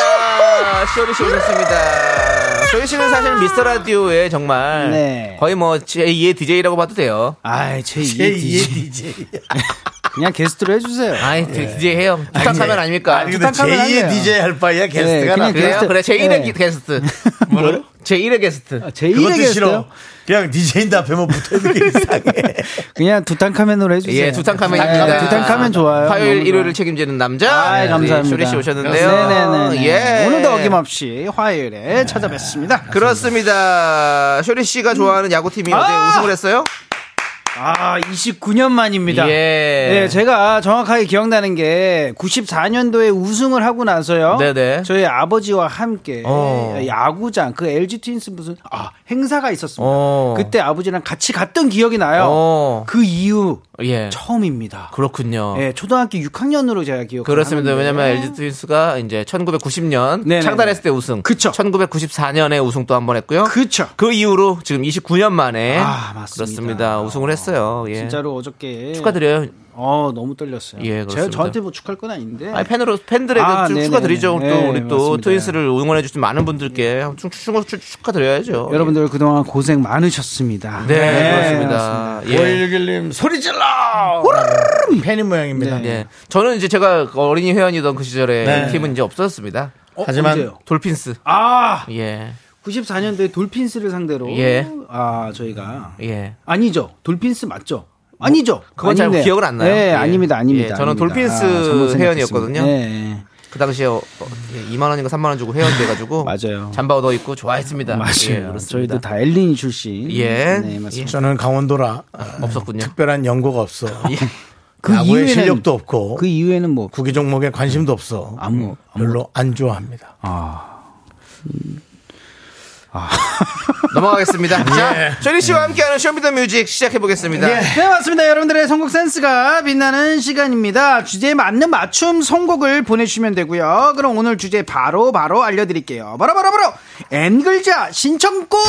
S2: 쇼리씨 오셨습니다 쇼리씨는 사실 미스터라디오에 정말
S8: 네.
S2: 거의 뭐 제2의 DJ라고 봐도 돼요
S8: 아이, 제 2의 DJ. 그냥 게스트로 해주세요.
S2: 아이 DJ 해요 부탁하면 아닙니까
S1: 아니 근데
S8: 부탁하면 안 돼요. 네,
S1: 제2의 DJ 할 바에야 게스트가
S8: 그냥
S1: 나
S2: 그래요
S8: 게스트.
S2: 그래 제1의
S8: 네. [LAUGHS]
S2: 게스트 뭐요? 제1의 게스트
S8: 제 2의
S1: 그것도
S8: 게스트요?
S1: 싫어. 그냥 DJ인데 앞에만 뭐 붙어있는
S8: [LAUGHS]
S1: 게 이상해.
S8: 그냥 두탕카멘으로 해주세요.
S2: 예, 두탕카멘입니다.
S8: 네, 두탕카멘 좋아요.
S2: 화요일
S8: 너무 좋아요.
S2: 일요일을 책임지는 남자.
S8: 아이,
S2: 네,
S8: 감사합니다.
S2: 쇼리 씨 오셨는데요.
S8: 네네네.
S2: 예.
S8: 오늘도 어김없이 화요일에 [LAUGHS] 찾아뵙습니다.
S2: 그렇습니다. 쇼리 씨가 좋아하는 야구팀이 어제 우승을 했어요?
S8: 음. 아, 29년 만입니다.
S2: 예.
S8: 네, 제가 정확하게 기억나는 게 94년도에 우승을 하고 나서요.
S2: 네네.
S8: 저희 아버지와 함께
S2: 어.
S8: 야구장 그 LG 트윈스 무슨 아, 행사가 있었습니다.
S2: 어.
S8: 그때 아버지랑 같이 갔던 기억이 나요.
S2: 어.
S8: 그 이후
S2: 예.
S8: 처음입니다.
S2: 그렇군요.
S8: 예, 초등학교 6학년으로 제가 기억.
S2: 그렇습니다. 왜냐면 LG 트윈스가 이제 1990년
S8: 네네네.
S2: 창단했을 때 우승.
S8: 그쵸.
S2: 1994년에 우승 또 한 번 했고요.
S8: 그쵸.
S2: 그 이후로 지금 29년 만에
S8: 아, 맞습니다.
S2: 그렇습니다. 우승을 했어요. 예.
S8: 진짜로 어저께
S2: 축하드려요.
S8: 어 너무 떨렸어요.
S2: 예,
S8: 제가
S2: 그렇습니다.
S8: 저한테 뭐 축할 건 아닌데.
S2: 아니 팬으로 팬들에게
S8: 아,
S2: 축-
S8: 네네네.
S2: 축하드리죠. 또
S8: 네,
S2: 우리 또
S8: 맞습니다.
S2: 트윈스를 응원해 주신 많은 분들께 축- 축- 축- 축하드려야죠.
S8: 여러분들 그동안 고생 많으셨습니다.
S2: 네,
S1: 네,
S2: 그렇습니다. 예.
S1: 511님 소리 질러!
S8: 음.
S1: 팬인
S8: 네.
S1: 모양입니다.
S2: 예. 저는 이제 제가 어린이 회원이던 그 시절에
S1: 네.
S2: 팀은 이제 없어졌습니다.
S8: 어,
S1: 하지만
S8: 언제요?
S2: 돌핀스.
S8: 아
S2: 예.
S8: 94년도에 돌핀스를 상대로
S2: 예.
S8: 아 저희가
S2: 예. 뭐,
S8: 아니죠 돌핀스 맞죠? 아니죠.
S2: 그건 잘
S8: 아니네.
S2: 기억은 안 나요.
S8: 네,
S2: 예.
S8: 아닙니다, 아닙니다.
S2: 예, 저는
S8: 아닙니다.
S2: 돌핀스
S8: 잘못 생각했습니다.
S2: 회원이었거든요.
S8: 네,
S2: 그 당시에 어, 어, 예, 2만 원인가 3만 원 주고 회원 돼 가지고
S8: [LAUGHS] 맞아요.
S2: 잠바 얻어 입고 좋아했습니다. 예,
S8: 맞아요.
S2: 그렇습니다.
S8: 저희도 다 엘린이 출신.
S2: 예.
S8: 네, 맞습니다.
S1: 저는 강원도라
S2: 없었군요. 예.
S1: 특별한 연고가 없어.
S8: 그
S1: 야구에
S8: 이후에는-
S1: 실력도 없고
S8: 그 이후에는 뭐
S1: 구기 종목에 관심도 없어. 음,
S8: 아무- 아무-
S1: 별로 안 좋아합니다.
S8: [LAUGHS]
S2: 넘어가겠습니다. 자, 쇼리 씨와 함께하는 쇼미더 뮤직 시작해 보겠습니다.
S8: 예. 네 맞습니다 여러분들의 선곡 센스가 빛나는 시간입니다 주제에 맞는 맞춤 선곡을 보내주시면 되고요 그럼 오늘 주제 바로 바로 알려드릴게요 바로 바로 바로 N글자 신청곡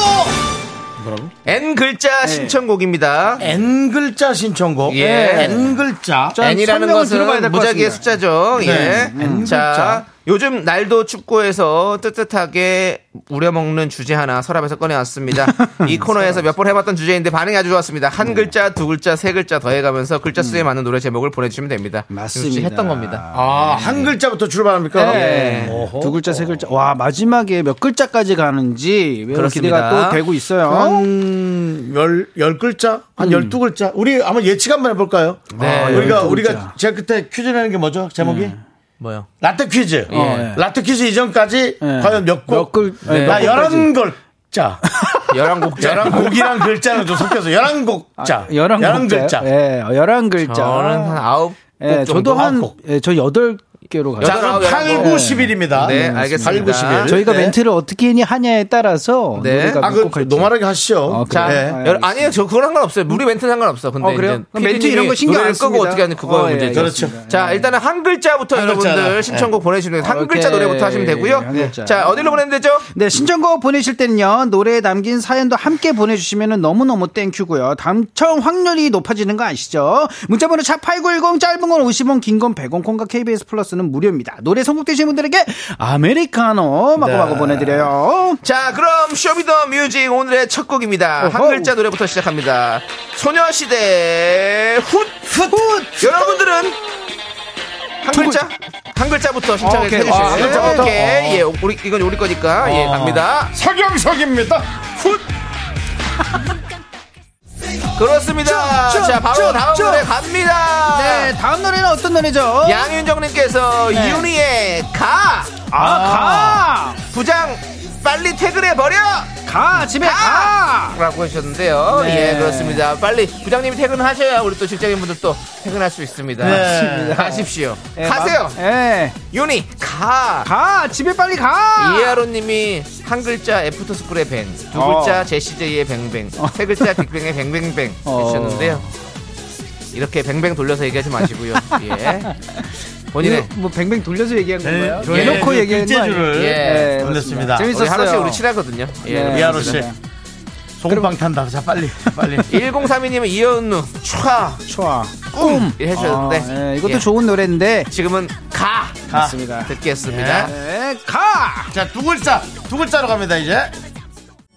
S8: 네.
S2: N 글자 신청곡입니다.
S1: N 글자 신청곡.
S2: 예.
S1: N 글자.
S8: 자,
S2: N이라는
S8: 설명을 들어봐야
S2: 것은
S8: 될것
S2: 무작위의
S8: 같습니다.
S2: 숫자죠.
S1: 네.
S2: 예.
S1: N
S2: 자,
S1: 글자.
S2: 요즘 날도 춥고해서 뜨뜻하게 우려먹는 주제 하나 서랍에서
S8: [LAUGHS]
S2: 꺼내왔습니다. 이 코너에서
S8: 네.
S2: 몇 번 해봤던 주제인데 반응이 아주 좋았습니다. 한 글자, 두 글자, 세 글자 더해가면서 글자 수에 맞는 노래 제목을 보내주시면 됩니다.
S8: 음. 맞습니다.
S2: 역시 했던 겁니다.
S1: 아, 한 글자부터 출발합니까? 음,
S8: 네.
S1: 어허.
S8: 두 글자 세 글자 와 마지막에 몇 글자까지 가는지 매우
S2: 네, 그렇습니다.
S8: 기대가 또 되고 있어요
S1: 한 열, 열 글자? 한 열두 글자? 우리 아마 예측 한번 해볼까요? 아,
S2: 네.
S1: 우리가,
S8: 음. 아, 열두 글자. 네.
S1: 우리가, 제가 그때 퀴즈 내는 게 뭐죠? 제목이?
S2: 뭐요?
S1: 라떼 퀴즈. 어,
S8: 예.
S1: 라떼 퀴즈 이전까지
S8: 예.
S1: 과연 몇 곡?
S8: 몇 글- 네,
S1: 나
S8: 몇 곡까지?
S1: 열한 글자.
S2: 열한 곡자.
S1: 열한 곡이랑 글자는 좀 섞여서 열한 곡자.
S8: 아, 열한
S1: 열한
S8: 글자
S1: 글자.
S8: 예, 열한 [LAUGHS] 글자
S2: 저는 한 아홉
S8: 예,
S2: 곡 정도.
S8: 저도 한
S1: 곡.
S8: 예, 저 여덟 개로 가요
S1: 자, 그럼
S2: 열한
S1: 8,
S2: 곡.
S1: 9, 10일입니다.
S2: 네, 알겠습니다.
S1: 8, 9, 10일. 네.
S8: 저희가 멘트를 어떻게 하냐에 따라서
S2: 네.
S8: 노래가
S1: 아, 그,
S8: 곡할지
S1: 노말하게 하시죠.
S8: 어,
S2: 자,
S8: 네.
S2: 열- 아니에요. 저 그건 상관없어요. 우리 멘트는 예, 상관없어. 근데
S8: 어, 그래요?
S2: 이제
S8: 그럼 멘트 이런 거 신경 안
S2: 노래를 끄고
S8: 씁니다.
S2: 어떻게 하는 그거
S8: 어, 예,
S2: 문제죠.
S1: 그렇죠.
S2: 자, 일단은 한 예. 글자부터
S1: 한
S2: 여러분들
S1: 글자다.
S2: 신청곡 보내주시면 돼요. 한
S8: 오케이.
S2: 예, 글자 노래부터 하시면 되고요.
S8: 한 글자.
S2: 자, 어디로 보내면 되죠?
S8: 네, 신청곡 보내실 때는요, 노래에 담긴 사연도 함께 보내주시면 너무너무 땡큐고요. 당첨 확률이 높아지는 거 아시죠? 문자번호 샵8910, 짧은 건 50원, 긴 건 100원, 콩과 KBS 플러스는 무료입니다. 노래 선곡되신 분들에게 아메리카노
S1: 네.
S8: 마구마구 보내드려요.
S2: 자, 그럼 쇼미더 뮤직 오늘의 첫 곡입니다. 한
S8: 어허.
S2: 글자 노래부터 시작합니다. 소녀시대 훗!
S8: 훗!
S2: 여러분들은 한 글자? 한 글자부터 신청해
S8: 오케이.
S2: 주세요.
S8: 아, 한 글자부터? 아.
S2: 오케이. 예, 우리, 이건 우리 거니까. 예, 갑니다.
S1: 서경석입니다.
S2: 그렇습니다.
S8: 쭉, 쭉,
S2: 자, 바로
S8: 쭉,
S2: 다음
S8: 쭉.
S2: 노래 갑니다.
S8: 네, 다음 노래는 어떤 노래죠?
S2: 양윤정님께서
S8: 네.
S2: 윤희의 가 아.
S8: 아,
S2: 부장 빨리 퇴근해 버려
S8: 가! 가! 집에
S2: 가!
S8: 가!
S2: 라고 하셨는데요.
S8: 네.
S2: 예, 그렇습니다. 빨리 부장님이 퇴근하셔야 우리 또 직장인분들 또 퇴근할 수 있습니다.
S1: 네.
S2: 가십시오.
S8: 예,
S2: 가세요.
S8: 마- 예.
S2: 윤희 가.
S8: 가! 집에 빨리 가!
S2: 이하로님이 한 글자 애프터스쿨의 뱅, 두
S8: 어.
S2: 글자 제시제이의 뱅뱅, 세 글자 빅뱅의 뱅뱅뱅
S8: [LAUGHS] 어.
S2: 해주셨는데요. 이렇게 뱅뱅 돌려서 얘기하지
S8: [LAUGHS]
S2: 마시고요. 예. 본인의
S8: 이거 뭐 뱅뱅 돌려서 얘기한 건가요?
S1: 네, 저희
S8: 대놓고
S1: 그
S8: 얘기한 거 아니에요?
S1: 뒷재주를
S2: 예.
S1: 돌렸습니다.
S8: 재밌-
S2: 우리 하루 씨
S8: 있었어요.
S2: 우리 친하거든요. 예.
S8: 네.
S1: 미아로
S2: [LAUGHS]
S1: 씨. 소금빵 탄다. 자, 빨리. 빨리.
S2: 1032님은 이현우 촤
S8: 좋아.
S2: 꿈 해주셨는데
S8: 아, 예, 이것도
S2: 예.
S8: 좋은 노래인데
S2: 지금은 가
S8: 맞습니다.
S2: 듣겠습니다. 네,
S8: 네, 가.
S1: 자, 두 글자. 두 글자로 갑니다, 이제.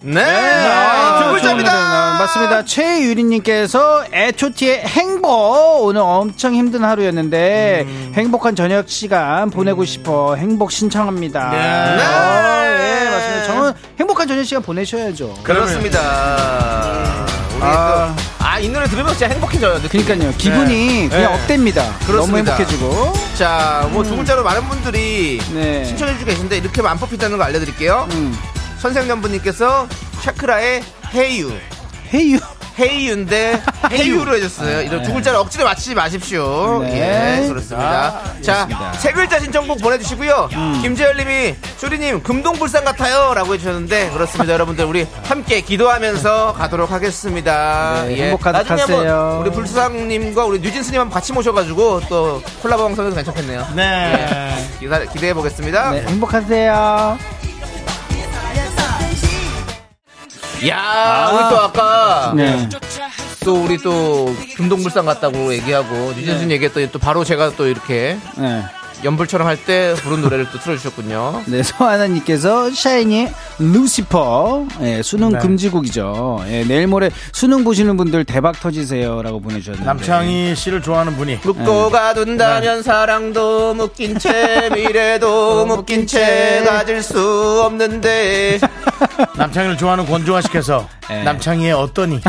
S8: 아,
S2: 네. 두
S8: 좋은
S2: 글자입니다.
S8: 노래입니다. 맞습니다. 최유리님께서 애초티의 행복 오늘 엄청 힘든 하루였는데
S2: 음.
S8: 행복한 저녁 시간 보내고 싶어 행복 신청합니다.
S1: 네.
S8: 어, 예, 맞습니다. 저는 행복한 저녁 시간 보내셔야죠.
S2: 그렇습니다. 우리
S8: 아.
S2: 또, 아, 이 노래 들으면 진짜 행복해져요. 느낌이.
S8: 그러니까요 기분이 그냥 업됩니다. 너무
S2: 그렇습니다.
S8: 행복해지고.
S2: 자, 뭐 두 글자로 많은 분들이
S8: 음. 네.
S2: 신청해주고 계신데 이렇게 하면 안 뽑힌다는 거 알려드릴게요.
S8: 음.
S2: 선생님분님께서 샤크라의 헤이유.
S8: 헤이유. [LAUGHS]
S2: 헤이유인데 헤이유로 해줬어요. 이런 두 글자를 억지로 맞히지 마십시오.
S8: 네. 아,
S2: 예, 그렇습니다. 자, 세 글자 신청곡 보내주시고요.
S8: 음.
S2: 김재열님이 쇼리님 금동불상 같아요라고 해주셨는데 그렇습니다, 여러분들 우리 함께 기도하면서 가도록 하겠습니다. 예.
S8: 네, 행복하도록
S2: 나중에 한번
S8: 하세요.
S2: 우리 불상님과 우리 뉴진스님 한번 같이 모셔가지고 또 콜라보 방송에도 괜찮겠네요. 예.
S1: 네.
S2: 기다, 기대해 보겠습니다.
S8: 네, 행복하세요.
S2: 야, 우리 또 아까
S8: 네.
S2: 또 우리 또 금동불상 같다고 얘기하고 유재준 얘기했더니 또 바로 제가 또 이렇게
S8: 네.
S2: 연불처럼 할 때 부른 노래를 또 틀어주셨군요.
S8: 네, 서하나님께서 샤이니의 루시퍼 예, 수능
S2: 네.
S8: 금지곡이죠. 예, 내일 모레 수능 보시는 분들 대박 터지세요라고 보내주셨는데
S1: 남창희 씨를 좋아하는 분이
S2: 묶고
S8: 네.
S2: 가둔다면 사랑도 묶인 채
S8: [LAUGHS]
S2: 미래도 묶인 채 가질 수 없는데
S1: 남창희를 좋아하는 권조화 씨께서
S8: [LAUGHS] 네.
S1: 남창희의 어떠니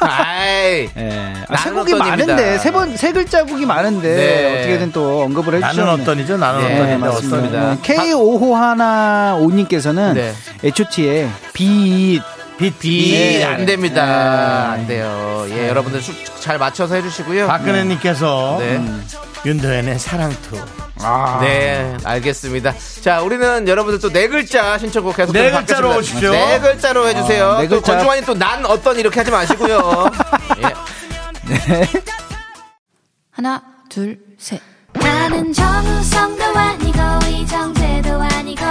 S2: 아이
S8: 예, 아,
S2: 나는
S8: 세 곡이
S2: 어떤입니다.
S8: 많은데 세 번 세 글자곡이 많은데
S2: 네.
S8: 어떻게든 또 언급을 그렇죠. 해주셨네.
S1: 나는 어떠니죠 나는
S2: 네,
S1: 어떠니 나
S2: 맞습니다.
S1: 어떠니
S2: 어떤-
S8: K 5 5 하나 5님께서는
S2: 네.
S8: H.O.T의 빛
S2: 이
S8: 네.
S1: 빛빛
S2: 안 됩니다. 안 돼요. 예, 여러분들 숙잘 맞춰서 해주시고요.
S1: 박근혜님께서
S2: 네.
S1: 윤도현의 사랑 투 아.
S2: 네, 알겠습니다. 자, 우리는 여러분들 또 네 글자 신청곡 계속
S1: 네
S2: 좀 받겠습니다.
S1: 글자로 오십시오.
S2: 네 글자로 해주세요.
S8: 아, 네
S2: 또
S8: 글자.
S2: 권중환이 또 난 어떤 이렇게
S1: [LAUGHS]
S2: 하지 마시고요. 예.
S6: 하나, 둘, 셋. 나는 정우성도 아니고, 이정재도 아니고,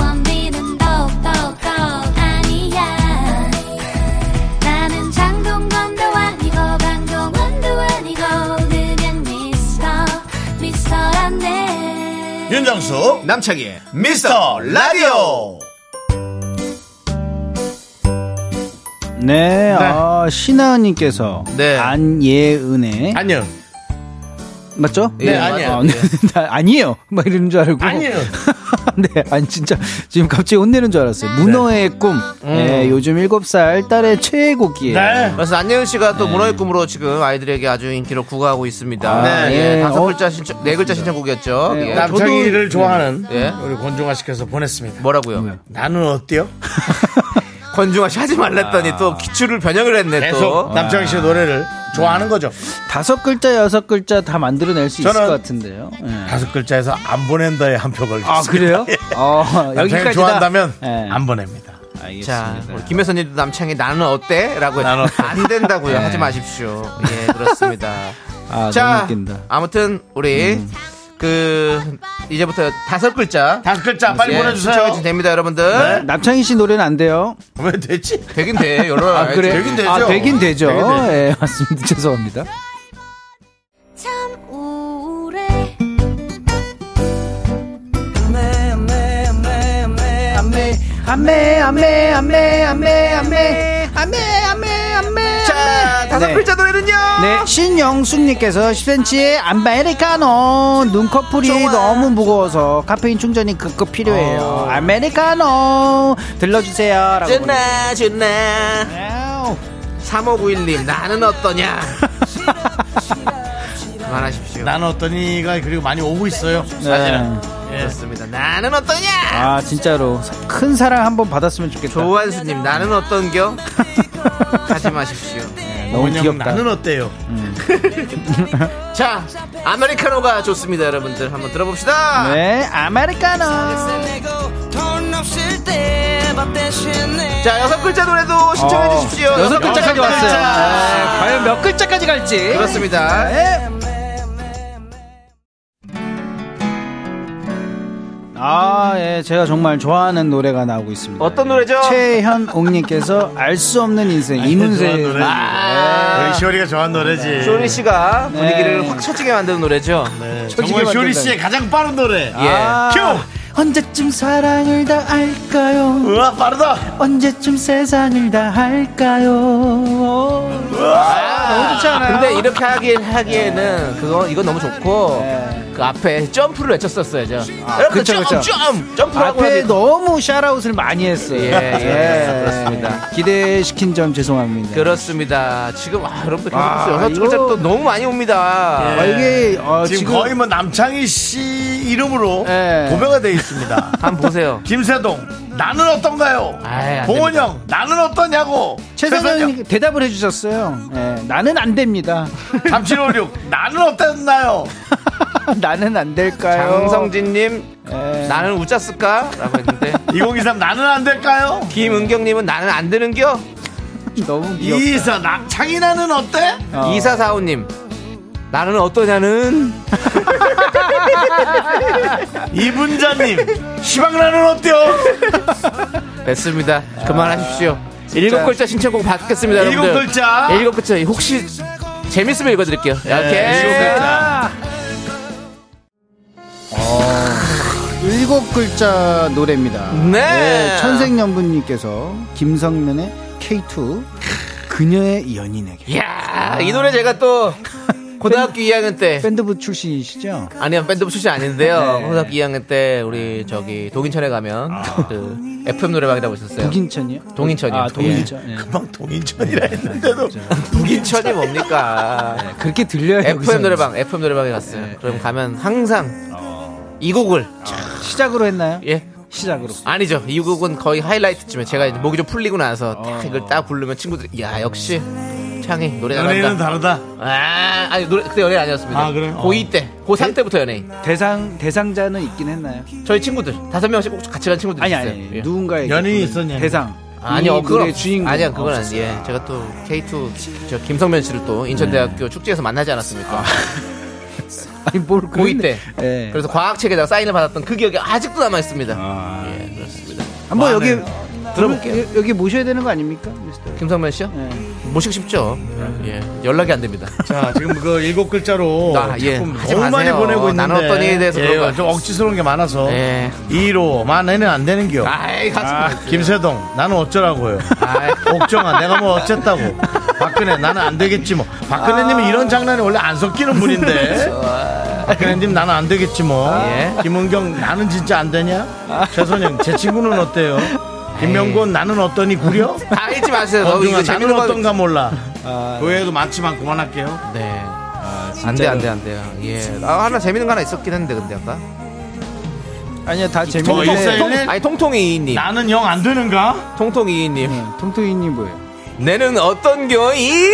S6: 원빈은 더욱더 아니야. 나는 장동건도 아니고, 강동원도 아니고, 그냥 미스터, 미스터란데.
S1: 윤정수 어? 남창희의 미스터 라디오
S8: 네, 아, 신하은님께서
S2: 네.
S8: 안예은의
S1: 아, 안녕
S8: 맞죠?
S2: 네, 아니에요.
S8: [LAUGHS] 아, 네. 나 아니에요. 막 이러는 줄 알고. [LAUGHS]
S1: 아니에요.
S8: 네, 아니 진짜 지금 갑자기 혼내는 줄 알았어요. 문어의 꿈. 네, 요즘 7살 딸의 최애곡이에요.
S1: 네
S2: 음. 그래서 안예은 씨가 또 문어의 꿈으로 지금 아이들에게 아주 인기를 구가하고 있습니다.
S1: 아,
S2: 예,
S8: 네.
S2: 다섯
S8: 어.
S2: 글자 신청, 네 글자 신청곡이었죠.
S8: 네,
S2: 예.
S8: 남-
S1: 남창희를 좋아하는
S2: 예.
S1: 우리 권조화 씨께서 보냈습니다
S2: 뭐라고요?
S1: 나는 어때요?
S2: 권중아 씨 하지 말랬더니 또 기출을 변형을 했네
S1: 계속
S2: 또. 아.
S1: 남창희 씨의 노래를 좋아하는 거죠
S8: 다섯 글자, 여섯 글자 다 만들어낼 수 있을
S1: 저는
S8: 것 같은데요. 예.
S1: 다섯 글자에서 안 보낸다에 한 표 걸겠습니다 예.
S8: 아,
S1: [LAUGHS]
S8: 그래요? 어,
S1: 남창희
S8: 여기까지다.
S1: 좋아한다면
S8: 예.
S1: 안 보냅니다
S2: 자,
S8: 알겠습니다.
S2: 우리 김혜선님도 남창이 나는 어때? 라고
S1: 나는 어때?
S2: 안 된다고요. 하지 마십시오. 예, 그렇습니다.
S8: 네. 아, 너무
S2: 자,
S8: 웃긴다. 음.
S2: 아무튼 우리 그 이제부터 다섯 글자
S1: 다섯 글자 빨리
S2: 예,
S1: 보내주세요
S2: 신청해주시면 됩니다, 여러분들.
S8: 남창희 씨 노래는 안 돼요.
S1: 왜 됐지?
S2: 되긴 돼, 여러 아,
S8: 그래요?
S1: 되긴 되죠.
S8: 아, 되긴 되죠.
S1: 되긴 되죠.
S8: 예, 맞습니다. 죄송합니다.
S6: 참 우울해.
S8: 아메, 아메, 아메, 아메, 아메, 아메, 아메, 아메.
S2: 자, 다섯
S8: 네.
S2: 글자 노래는요.
S8: 네, 신영숙님께서 10cm의 아메리카노 눈꺼풀이 너무 무거워서 카페인 충전이 급급 필요해요. 아메리카노 들러주세요라고.
S2: 준나, 준나. 3591님, 나는
S8: [LAUGHS]
S2: 어떠냐? 그만하십시오.
S1: 나는 어떠니가 그리고 많이 오고 있어요
S8: 네.
S2: 그렇습니다. 예. 나는 어떠냐?
S8: 아 진짜로 큰 사랑 한번 받았으면 좋겠다.
S2: 조한수님 나는
S8: [LAUGHS]
S2: 어떤겨? 하지 마십시오.
S8: 너무
S1: 왜냐면
S8: 귀엽다.
S1: 나는 어때요?
S2: 자 아메리카노가 좋습니다 여러분들 한번 들어봅시다.
S8: 네, 아메리카노.
S2: 자 여섯 글자 노래도 신청해 주십시오.
S8: 어, 여섯 글자까지
S2: 여섯
S8: 왔어요.
S2: 글자.
S8: 네, 과연 몇 글자까지 갈지.
S2: 그렇습니다.
S8: 네. 아, 예, 제가 정말 좋아하는 노래가 나오고 있습니다.
S2: 어떤 노래죠?
S8: 최현옥님께서 알 수 없는 인생
S1: 좋아하는
S8: 네, 이문세
S1: 노래. 우리 시월이가 좋아하는 노래지
S2: 쇼리 씨가
S8: 네.
S2: 분위기를 확 처지게 만드는 노래죠.
S1: 네,
S8: 솔직히
S1: 정말 쇼리 씨의 가장 빠른 노래
S8: 아,
S2: 예.
S1: 큐!
S8: 언제쯤 사랑을 다 알까요?
S1: 우와 빠르다
S8: 언제쯤 세상을 다 알까요? 너무 좋지 않아요?
S2: 근데 이렇게 하기 하기에는 그거 이거 너무 좋고 그 앞에 점프를 외쳤었어야죠. 여러분
S8: 네. 아, 그쵸,
S2: 점
S8: 그쵸.
S2: 점 점프라고
S8: 앞에
S2: 해야 돼.
S8: 너무 샤라웃을 많이 했어요. 네.
S2: 예, 예, 그렇습니다.
S8: 기대시킨 점 죄송합니다.
S2: 그렇습니다. 지금 아, 여러분들 계속
S8: 아,
S2: 여섯
S8: 이거-
S2: 글자 또 너무 많이 옵니다. 예,
S8: 아, 이게 어,
S1: 지금,
S8: 지금,
S1: 거의 뭐 남창희 씨 이름으로
S8: 예.
S1: 도배가 돼
S8: [LAUGHS]
S1: 있습니다
S2: 한번 보세요.
S1: 김세동 나는 어떤가요?
S2: 아이, 안
S1: 봉원영 나는 어떠냐고
S8: 최선영 대답을 해주셨어요. 예, 나는
S1: [LAUGHS]
S8: 안 됩니다.
S1: 3756 나는 어땠나요?
S8: 나는 안 될까요?
S2: 장성진님
S8: 예.
S2: 나는 웃잤을까라고 했는데
S1: 2023 나는 안 될까요?
S2: 김은경님은 나는 안 되는겨
S8: 너무 귀엽다.
S1: 이사 낙창이 나는 어때?
S8: 어.
S2: 이사사오님 나는 어떠냐는
S8: [LAUGHS]
S1: 이분자님 시방 나는 어때요?
S2: 됐습니다 그만하십시오 일곱 글자 신청곡 받겠습니다,
S1: 일곱
S2: 여러분들.
S1: 글자. 네,
S2: 네, 일곱 글자. 혹시 재밌으면 읽어드릴게요. 이렇게.
S1: 일곱
S8: 아, 일곱 글자 노래입니다.
S2: 네.
S8: 천생연분님께서 김성면의 K2 그녀의 연인에게 네.
S2: 이야, 이 노래 제가 또 고등학교 2학년 때.
S8: 밴드부 출신이시죠?
S2: 아니요 밴드 출신
S1: 네.
S2: 아닌데요 고등학교 2학년 때 우리 저기 동인천에 가면
S1: 아.
S2: 그 FM 노래방이라고 있었어요
S8: 동인천이요?
S2: 동인천이요.
S8: 아 동인천. 예.
S1: 금방 동인천이라 했는데도
S2: 동인천이 뭡니까
S8: 네, 그렇게 들려요. 네, 여기서.
S2: FM 노래방 FM 노래방에 갔어요 그럼 가면 항상
S1: 어.
S2: 이 곡을
S8: 시작으로 했나요?
S2: 예
S8: 시작으로.
S2: 아니죠 이 곡은 거의 하이라이트쯤에 제가 이제 목이 좀 풀리고
S8: 어.
S2: 나서 딱 이걸 딱 부르면 친구들이 야 역시 창이 노래
S1: 연예인은
S2: 잘한다
S1: 다르다.
S2: 아 아니 노래 그때 연예인 아니었습니다
S1: 아, 그래요? 네?
S2: 고2 때 고3 때부터 연예인
S8: 대상 대상자는 있긴 했나요?
S2: 저희 친구들 다섯 명씩 꼭 같이 간 친구들이
S8: 아니
S2: 있어요
S8: 아니
S2: 예.
S8: 누군가에게
S1: 연인이
S8: 부른
S1: 있었냐?
S8: 대상.
S2: 아니요, 어,
S8: 이
S2: 그건
S8: 노래 주인공.
S2: 아니야, 그건 아니에요. 예, 제가 또 K2 저 김성면 씨를 또 인천대학교 축제에서 만나지 않았습니까? [LAUGHS]
S8: 아니 뭘
S2: 고2
S8: 그런-
S2: 때.
S8: 예.
S2: 그래서 과학책에다가 사인을 받았던 그 기억이 아직도 남아 있습니다. 예, 그렇습니다.
S8: 한번 여기
S2: 들어볼게요.
S8: 여- 여기 모셔야 되는 거 아닙니까, 미스터? 예.
S2: 김성면 씨요? 모시고 싶죠. 예, 연락이 안 됩니다.
S1: 자, 지금 그 일곱 글자로
S2: 아, 예.
S1: 자꾸
S2: 하지
S1: 너무 많이
S2: 마세요.
S1: 보내고 있는데
S2: 나눴던 일에 대해서
S1: 예,
S2: 그런 거.
S1: 좀 억지스러운 게 많아서
S2: 예.
S1: 2로 만에는 안 되는 기요.
S2: [LAUGHS] 아이, 가슴.
S1: 김세동 나는 어쩌라고요.
S2: 아이.
S1: 옥정아 내가 뭐 어쨌다고. 박근혜 나는 안 되겠지 뭐.
S2: 아.
S1: 박근혜님은 이런 장난이 원래 안 섞이는
S2: [LAUGHS]
S1: 분인데. 박근혜님 나는 안 되겠지 뭐.
S2: 예. 아.
S1: 김은경 나는 진짜 안 되냐? 최선영 제 친구는 어때요? 김명곤 나는 어떠니 구려?
S2: 다 잊지 마세요. 너무 어, 이거
S1: 권중아 어, 나는
S2: 재밌는 거. 아.
S1: 어떤가 몰라. 그 외에도 많지만 그만할게요.
S2: 네.
S1: 아,
S2: 안 돼, 안 돼, 안 돼요. 예. 아, 하나 재밌는 거 하나 있었긴 했는데, 근데 아까. 네.
S8: 아니요 다
S1: 통통
S8: 재밌는데.
S1: 쌤.
S2: 아니, 통통이인님.
S1: 뭐 나는 영 안 되는가?
S2: 통통이인님.
S8: 네, 통통이님 뭐예요?
S2: 내는 어떤
S8: [LAUGHS]
S2: 교이?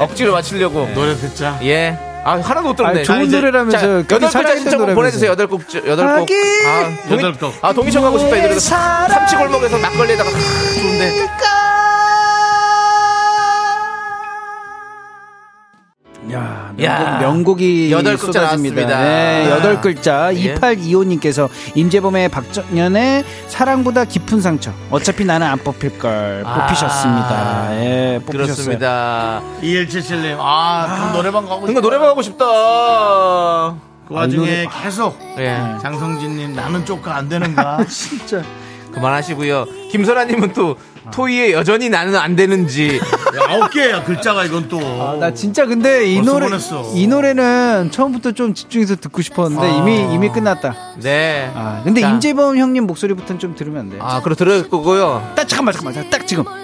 S2: 억지로 맞추려고.
S1: 네. 노래 듣자.
S2: 예. 아, 하나도 못 들었네.
S8: 아, 좋은 노래라면서
S2: 자,
S8: 그렇게
S2: 여덟 글자
S8: 사랑했던
S2: 신청곡
S8: 노래면서.
S2: 보내주세요. 여덟 곡, 주- 여덟 곡.
S8: 아기.
S2: 아, 동이,
S1: 여덟 곡.
S2: 아, 동이청 가고 싶다. 이 노래가 삼치골목에서 막걸리에다가 아, 좋은데.
S8: 야,
S2: 야.
S8: 명곡, 명곡이
S2: 여덟 글자
S8: 쏟아집니다.
S2: 나왔습니다.
S8: 네, 여덟 글자.
S2: 예.
S8: 2825님께서 임재범의 박정현의 사랑보다 깊은 상처. 어차피 나는 안 뽑힐 걸 뽑히셨습니다.
S2: 아,
S8: 예, 뽑히셨어요.
S2: 그렇습니다.
S1: 2177님. 아, 그럼 노래방 가고
S8: 그러니까
S1: 싶다.
S2: 뭔가 노래방 가고 싶다.
S1: 그 와중에 계속
S2: 예.
S1: 장성진님 나는 쪼까 안 되는가?
S8: 아, 진짜.
S2: 그만하시고요. 김설아님은 또 토이의 여전히 나는 안 되는지.
S1: 아홉 개야 글자가 이건 또.
S8: 아, 나 진짜 근데 이
S1: 벌써
S8: 노래
S1: 보냈어.
S8: 이 노래는 처음부터 좀 집중해서 듣고 싶었는데 이미 이미 끝났다.
S2: 네.
S8: 아, 근데
S2: 자.
S8: 임재범 형님 목소리부터는 좀 들으면 안 돼. 요
S2: 아, 그럼 들을 거고요.
S8: 딱 잠깐만 잠깐만 딱 지금. 아!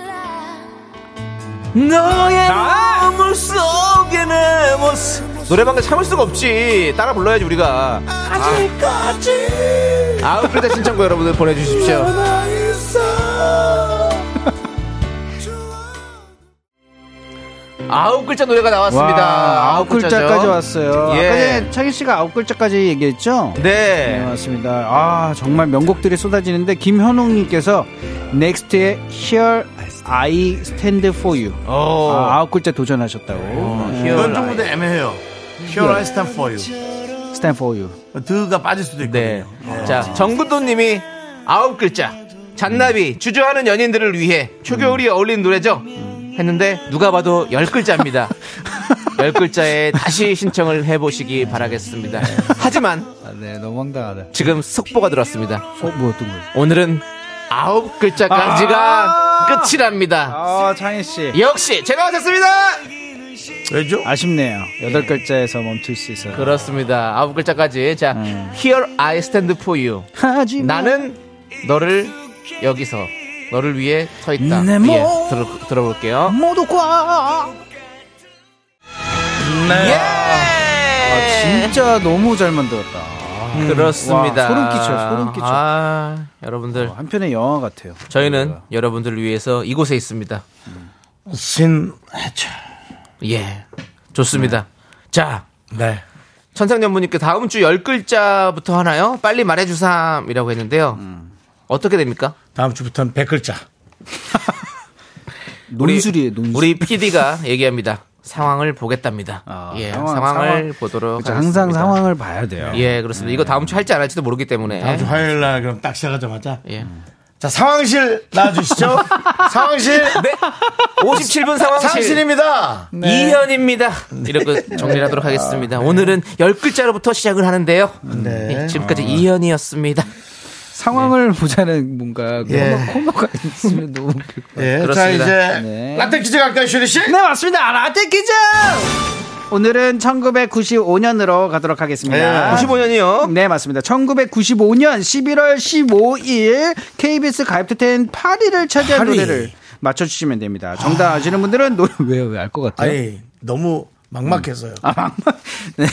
S2: 너의 몸을 속에 내 모습 노래방에 참을 수가 없지 따라 불러야지 우리가 아직까지 아우 그때 신청곡 여러분들
S8: [LAUGHS]
S2: 보내주십시오 아홉 글자 노래가 나왔습니다
S8: 와, 아홉
S2: 글자죠.
S8: 글자까지 왔어요.
S2: 예.
S8: 아까 전에 창희 씨가 아홉 글자까지 얘기했죠? 네,
S2: 네
S8: 맞습니다. 아, 정말 명곡들이 쏟아지는데 김현웅님께서 넥스트의 Here I Stand For You
S2: 어.
S8: 아, 아홉 글자 도전하셨다고. 네.
S1: 이건 좀 근데 애매해요. Here I stand for you.
S8: Stand For You.
S1: 드가 빠질 수도
S2: 네.
S1: 있거든요.
S2: 자, 정근도님이 아홉 글자. 잔나비, 주저하는 연인들을 위해 초겨울이
S1: 음.
S2: 어울린 노래죠? 했는데 누가 봐도
S1: [LAUGHS]
S2: 열 글자입니다. 열 글자에 다시 신청을 해보시기 바라겠습니다. 하지만
S8: 아, 네, 너무 황당하다.
S2: 지금 속보가 들었습니다.
S8: 어, 뭐였던 거예요?
S2: 오늘은 아홉
S1: 아!
S2: 글자까지가 끝이랍니다.
S8: 아, 창희 씨.
S2: 역시 제가 왔습니다.
S1: 왜죠?
S8: 아쉽네요. 여덟 글자에서 멈출 수 있어요.
S2: 그렇습니다. 아홉 글자까지. 자,
S8: 음.
S2: Here I Stand For You.
S8: 하지만
S2: 나는 너를 여기서 너를 위해 서 있다.
S8: 내 몸.
S2: 예, 들어, 들어볼게요.
S8: 모두과.
S2: 예!
S8: 네. 아, 진짜 너무 잘 만들었다.
S2: 음, 그렇습니다.
S8: 와, 소름 끼쳐요, 소름 끼쳐. 어,
S2: 아, 여러분들,
S8: 한편의 영화 같아요.
S2: 저희는
S8: 네.
S2: 여러분들을 위해서 이곳에 있습니다.
S1: 신해철.
S2: 예. 좋습니다. 자,
S1: 네.
S2: 천상연분님께 다음 주 열 글자부터 하나요? 빨리 말해주삼이라고 했는데요.
S8: 음.
S2: 어떻게 됩니까?
S1: 다음 주부터는 100글자.
S8: 논술이에요, 논술.
S2: 우리 PD가 얘기합니다. 상황을 보겠답니다.
S8: 아,
S2: 예,
S8: 상황,
S2: 상황, 을
S8: 상황.
S2: 보도록
S8: 그렇죠,
S2: 하겠습니다.
S8: 항상 상황을 봐야 돼요.
S2: 예, 그렇습니다. 이거 다음 주 할지 안 할지도 모르기 때문에.
S1: 다음 주 화요일 날 그럼 딱 시작하자마자
S2: 예.
S1: 자, 상황실
S8: [LAUGHS]
S1: 나와주시죠. 상황실.
S8: 네,
S2: 57분 상황실 네.
S1: 상실입니다.
S2: 이현입니다. 이렇게 정리하도록 하겠습니다.
S8: 아, 네.
S2: 오늘은 열 글자로부터 시작을 하는데요. 예,
S8: 아.
S2: 지금까지 이현이었습니다.
S8: 상황을 보자는 뭔가 예. 코너, 코너가 있으면 너무 웃길 것 같아요.
S1: 예, 자,
S2: 그렇습니다.
S1: 이제
S8: 네.
S1: 라떼 퀴즈 갈까요, 슈리 씨?
S8: 네 맞습니다. 라떼 퀴즈. 오늘은 1995년으로 가도록 하겠습니다.
S2: 95년이요.
S8: 네, 맞습니다. 1995년 11월 15일 KBS 가입투텐 8위를 차지한
S1: 파리.
S8: 노래를 맞춰주시면 됩니다. 정답 아시는 분들은 노래 왜왜알것 같아요?
S1: 아니, 너무 막막해서요.
S8: 아, 막막. [LAUGHS] 네.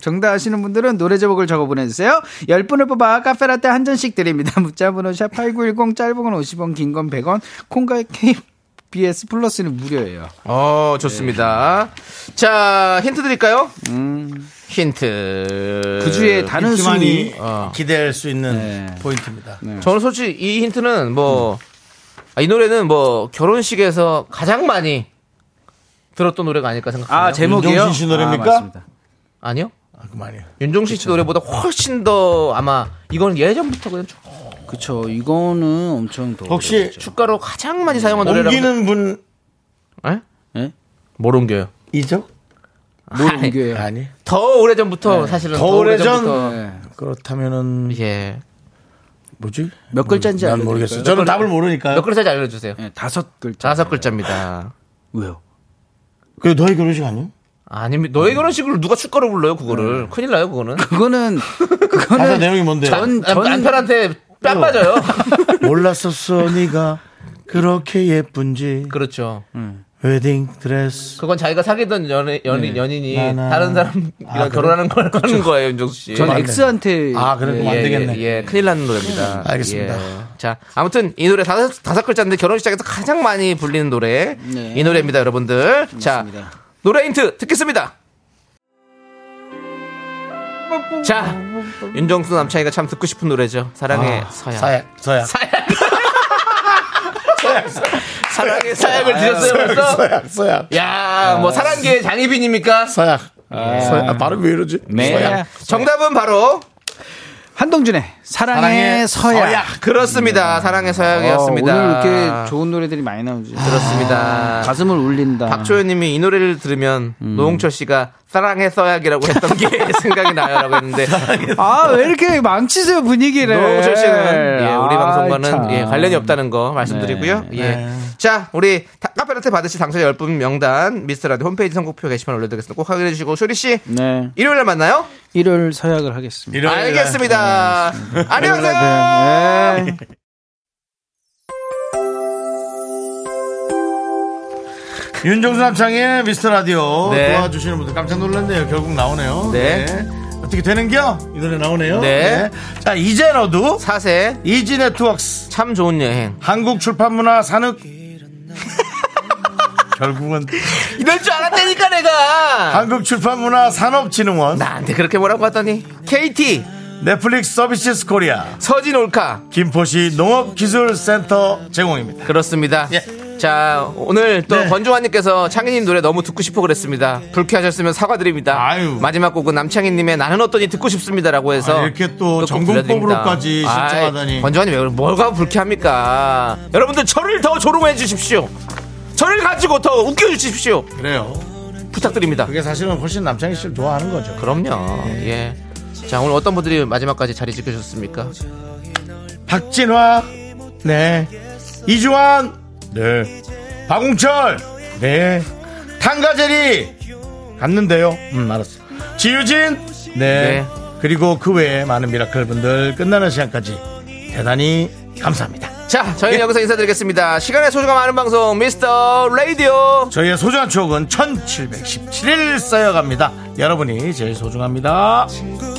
S8: 정답 아시는 분들은 노래 제목을 적어 보내주세요. 10분을 뽑아 카페라떼 한 잔씩 드립니다. [LAUGHS] 문자번호 샵8910 짧은 건 50원, 긴 건 100원, 콩과 KBS 플러스는 무료예요.
S2: 어, 좋습니다. 자, 힌트 드릴까요? 힌트.
S8: 음. 그 주에 다른 순위.
S1: 기만이
S2: 어.
S1: 기대할 수 있는
S8: 네.
S1: 포인트입니다.
S2: 저는 솔직히 이 힌트는 뭐, 아, 이 노래는 뭐, 결혼식에서 가장 많이 들었던 노래가 아닐까 생각합니다.
S8: 아, 제목이요?
S1: 윤종신 씨 노래입니까?
S8: 아, 맞습니다.
S2: 아니요?
S1: 아, 그만이요.
S2: 윤종신 씨 노래보다 훨씬 더 아마, 이건 예전부터 그냥 쭉
S8: 그쵸. 이거는 엄청 더.
S1: 혹시
S2: 축가로 가장 많이 사용한 노래라고.
S1: 옮기는 분이죠?
S2: 예?
S8: 예?
S2: 뭘 옮겨요?
S8: 뭘
S2: 아니,
S8: 옮겨요?
S1: 아니.
S2: 더 오래전부터 사실은.
S1: 더 오래전?
S2: 오래전부터.
S8: 네.
S1: 그렇다면은
S2: 예.
S1: 뭐지?
S8: 몇 글자인지
S1: 난
S8: 알려드릴까요?
S1: 모르겠어요. 저는 답을 모르니까요.
S2: 몇 글자인지 알려주세요.
S8: 네, 다섯 글자.
S2: 다섯 글자입니다.
S8: 왜요?
S1: 그 너의 결혼식 아니요?
S2: 아니면 너의 결혼식으로 누가 축가로 불러요 그거를 큰일 나요 그거는
S8: 그거는
S1: 가사
S8: 그거는
S1: 내용이 뭔데? [LAUGHS] 요
S8: 전,
S2: 남-
S8: 전
S2: 남편한테 뺨 맞아요
S1: 몰랐었어 네가 그렇게 예쁜지
S2: 그렇죠
S1: 웨딩 드레스
S2: 그건 자기가 사귀던 연애, 연인, 연인이
S1: 나나.
S2: 다른 사람이랑
S1: 네. 아, 그래?
S2: 결혼하는 걸 하는 거예요 윤정수 씨
S8: 전
S1: 맞네.
S8: X한테
S1: 아 그래
S2: 예,
S1: 그럼 안 되겠네. 음,
S2: 예, 예, 큰일 나는 노래입니다.
S1: 알겠습니다.
S2: 예. 자, 아무튼 이 노래 다섯, 다섯 글자인데 결혼식장에서 가장 많이 불리는 노래.
S8: 네.
S2: 이 노래입니다, 여러분들. 자, 노래 힌트 듣겠습니다. 자, 윤정수 남창이가 참 듣고 싶은 노래죠.
S1: 아,
S2: 사랑의 서약.
S1: 사약 사약
S8: 아,
S2: 사랑의 사약을 드셨어요, 벌써?
S1: 사약 사약
S2: 야, 뭐 사랑계의 장희빈입니까?
S1: 사약 사약 아, 발음 왜 이러지?
S8: 네.
S1: 서약.
S2: 정답은 바로
S8: 한동준의 사랑의,
S1: 사랑의
S8: 서약. 음.
S1: 서약.
S2: 그렇습니다. 사랑의 서약이었습니다.
S8: 어, 오늘 이렇게 좋은 노래들이 많이 나오죠.
S2: 그렇습니다.
S8: 가슴을 울린다. 음.
S2: 박조현님이 이 노래를 들으면 노홍철 씨가 사랑의 서약이라고 했던 게 [LAUGHS] 생각이 나요라고 했는데
S8: 아, 왜 이렇게 망치세요, 분위기를.
S2: 노홍철 씨는 예, 우리
S8: 아, 참.
S2: 방송과는 예, 관련이 없다는 거 말씀드리고요. 예. 자, 우리 다- 카페라테 받으실 당첨자 10분 명단 미스터라디 홈페이지 선곡표 게시판 올려드리겠습니다. 꼭 확인해 주시고 쇼리 씨
S8: 네.
S2: 일요일에 만나요.
S8: 일요일 서약을 하겠습니다.
S1: 일요일날.
S2: 알겠습니다. 안녕하세요.
S8: 네.
S1: 윤종수 남창의 미스터 라디오
S2: 네.
S1: 도와주시는 분들 깜짝 놀랐네요. 결국 나오네요.
S2: 네.
S1: 어떻게 되는겨? 이 노래 나오네요.
S2: 네.
S1: 자 이제 너도
S2: 사세
S1: 이지 네트웍스
S2: 참 좋은 여행.
S1: 한국 출판문화 산업 [LAUGHS] 결국은
S2: 이럴 줄 알았다니까 내가.
S1: 한국 출판문화 산업진흥원
S2: 나한테 그렇게 뭐라고 하더니 KT
S1: 넷플릭스 서비스 코리아
S2: 서진 올카
S1: 김포시 농업기술센터 제공입니다.
S2: 그렇습니다.
S1: 예.
S2: 자 오늘
S1: 네.
S2: 또 권중환님께서 창희님 노래 너무 듣고 싶어 그랬습니다. 불쾌하셨으면 사과드립니다.
S1: 아유.
S2: 마지막 곡은 남창희님의 나는 어떠니 듣고 싶습니다라고 해서
S1: 아, 이렇게 또
S2: 꼭
S1: 전공법으로까지
S2: 들려드립니다.
S1: 신청하다니.
S2: 아이, 권중환님 왜 뭐가 불쾌합니까? 여러분들 저를 더 조롱해 주십시오. 저를 가지고 더 웃겨 주십시오.
S1: 그래요.
S2: 부탁드립니다.
S1: 그게 사실은 훨씬 남창희 씨를 좋아하는 거죠.
S2: 그럼요. 예. 자 오늘 어떤 분들이 마지막까지 자리 지켜주셨습니까?
S1: 박진화 네 이주환 네 박웅철 네 탕가제리 갔는데요. 음 알았어. 지유진 네.
S2: 네.
S1: 그리고 그 외에 많은 미라클 분들 끝나는 시간까지 대단히 감사합니다.
S2: 자, 저희는
S1: 예.
S2: 여기서 인사드리겠습니다. 시간의 소중함 아는 방송 미스터 라디오.
S1: 저희의 소중한 추억은 1717일 쌓여갑니다. 여러분이 제일 소중합니다.
S7: 친구